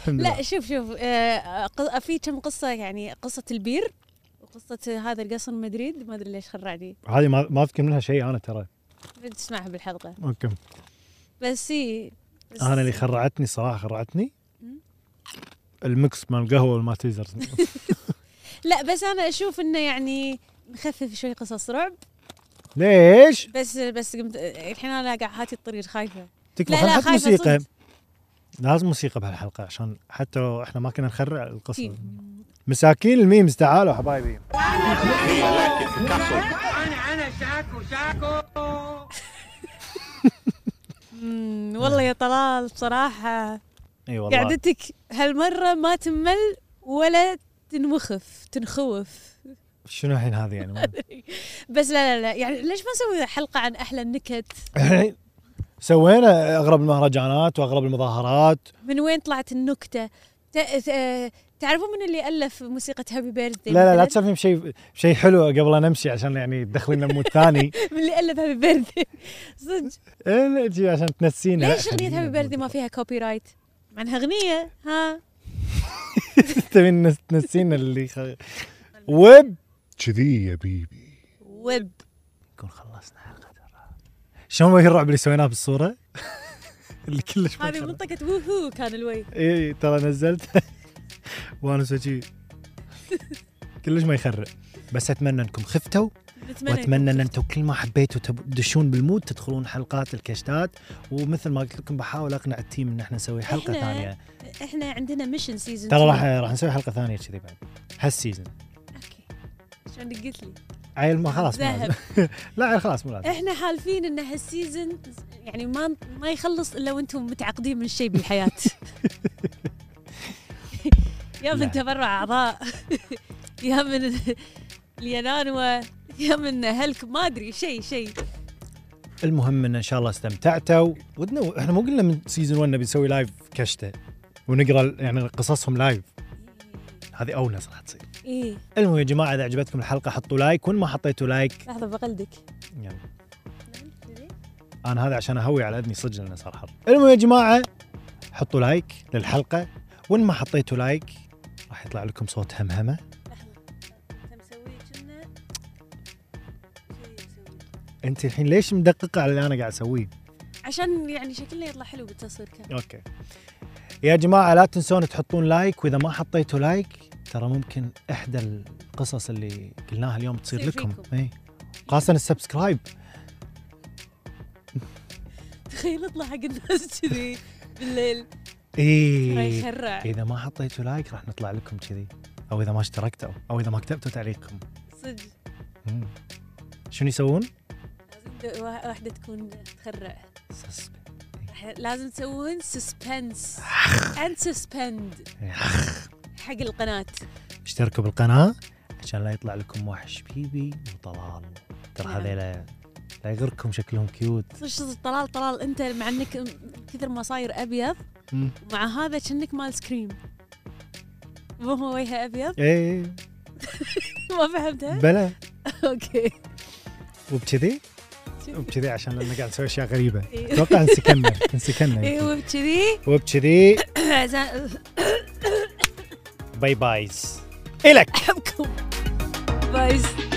S1: الحمد لله.
S2: لا شوف شوف آه، ق- في كم قصه يعني قصه البير وقصه هذا القصر مدريد ما ادري ليش خرعني
S1: هذه ما ما اذكر منها شيء انا ترى
S2: بتسمعها بالحلقه
S1: اوكي
S2: بس اي بس-
S1: انا اللي خرعتني صراحه خرعتني
S2: مم.
S1: المكس مال القهوه والماتيزرز
S2: لا بس انا اشوف انه يعني نخفف شوي قصص رعب
S1: ليش؟
S2: بس بس قمت الحين انا قاعد هاتي الطريق خايفه
S1: تكفى
S2: لا،
S1: خلينا
S2: لا،
S1: نحط
S2: خايفة
S1: موسيقى
S2: صدق.
S1: لازم موسيقى بهالحلقه عشان حتى لو احنا ما كنا نخرع القصه
S2: في-
S1: مساكين الميمز تعالوا حبايبي
S5: انا انا شاكو شاكو
S2: مم، والله يا طلال بصراحه
S1: اي والله
S2: قعدتك هالمره ما تمل ولا تنوخف تنخوف
S1: شنو الحين هذه يعني ما-
S2: بس لا لا لا يعني ليش ما نسوي حلقه عن احلى النكت
S1: الحين سوينا اغرب المهرجانات واغرب المظاهرات
S2: من وين طلعت النكته تا- تا- تعرفون من اللي الف موسيقى هابي بيرثدي
S1: لا لا لا تسولفين بشيء شيء حلو قبل لا نمشي عشان يعني تدخلينا مود ثاني
S2: من اللي الف هابي بيرثدي صدق
S1: إيه، لا، جي عشان تنسينا
S2: ليش اغنيه هابي بيرثدي ما فيها كوبي رايت مع انها اغنيه ها
S1: تبين تنسينا اللي خ... ويب
S3: كذي يا بيبي
S2: ويب
S1: نكون خلصنا حلقه الرعب. شلون وجه الرعب اللي سويناه بالصوره؟ اللي كلش ما
S2: هذه
S1: خلص.
S2: منطقه ووهو كان الوي
S1: اي إيه، ترى نزلت وانا سوي كلش ما يخرع بس اتمنى انكم خفتوا واتمنى ان انتم كل ما حبيتوا تب- تدشون بالمود تدخلون حلقات الكشتات ومثل ما قلت لكم بحاول اقنع التيم ان احنا نسوي حلقه
S2: إحنا-
S1: ثانيه
S2: احنا عندنا ميشن سيزون
S1: ترى راح راح نسوي حلقه ثانيه كذي بعد هالسيزون
S2: اوكي عشان دقت لي
S1: عيل ما خلاص مو لازم.
S2: ذهب
S1: لا عيل خلاص مو لازم
S2: احنا حالفين ان هالسيزون يعني ما ما يخلص الا وانتم متعقدين من شيء بالحياه
S1: لا.
S2: يا من تبرع اعضاء يا من اليانانوا يا من هلك ما ادري شيء شيء
S1: المهم ان ان شاء الله استمتعتوا ودنا احنا مو قلنا من سيزون 1 نبي نسوي لايف كشته ونقرا ال- يعني قصصهم لايف هذه اونس راح تصير
S2: ايه
S1: المهم يا جماعه اذا عجبتكم الحلقه حطوا لايك وان ما حطيتوا لايك
S2: لحظه بقلدك
S1: يلا انا هذا عشان اهوي على اذني صدق لانه صار حر المهم يا جماعه حطوا لايك للحلقه وان ما حطيتوا لايك راح يطلع لكم صوت همهمه
S2: لحظه انت مسوي كنا شيء مسوي.
S1: انت الحين ليش مدققه على اللي انا قاعد اسويه
S2: عشان يعني شكلنا يطلع حلو بالتصوير كان
S1: اوكي يا جماعه لا تنسون تحطون لايك واذا ما حطيتوا لايك ترى ممكن احدى القصص اللي قلناها اليوم تصير
S2: تصير
S1: لكم
S2: فيكم.
S1: اي خاصه السبسكرايب
S2: تخيل اطلع حق الناس كذي بالليل راح
S1: اي
S2: يخرع
S1: اذا ما حطيتوا لايك راح نطلع لكم كذي او اذا ما اشتركتوا او اذا ما كتبتوا تعليقكم
S2: صدق
S1: مم. شنو يسوون؟
S2: لازم د- وا- واحدة تكون تخرع
S1: سسب.
S2: راح- لازم تسوون سسبنس اند سسبند حق القناة
S1: اشتركوا بالقناه عشان لا يطلع لكم وحش بيبي وطلال ترى
S2: نعم.
S1: هذيلا لا يغركم شكلهم كيوت
S2: صدق طلال طلال انت مع انك كثر ما صاير ابيض
S1: مم.
S2: ومع هذا كأنك مال سكريم مو هو وجهه ابيض
S1: اي
S2: ما فهمتها
S1: إيه، بلا
S2: اوكي
S1: وبكذي وبكذي عشان لان قاعد نسوي اشياء غريبه
S2: إيه.
S1: اتوقع انسكنا انسكنا
S2: اي
S1: يمكن.
S2: وبكذي
S1: وبكذي
S2: زين،
S1: باي بايز الك
S2: احبكم بايز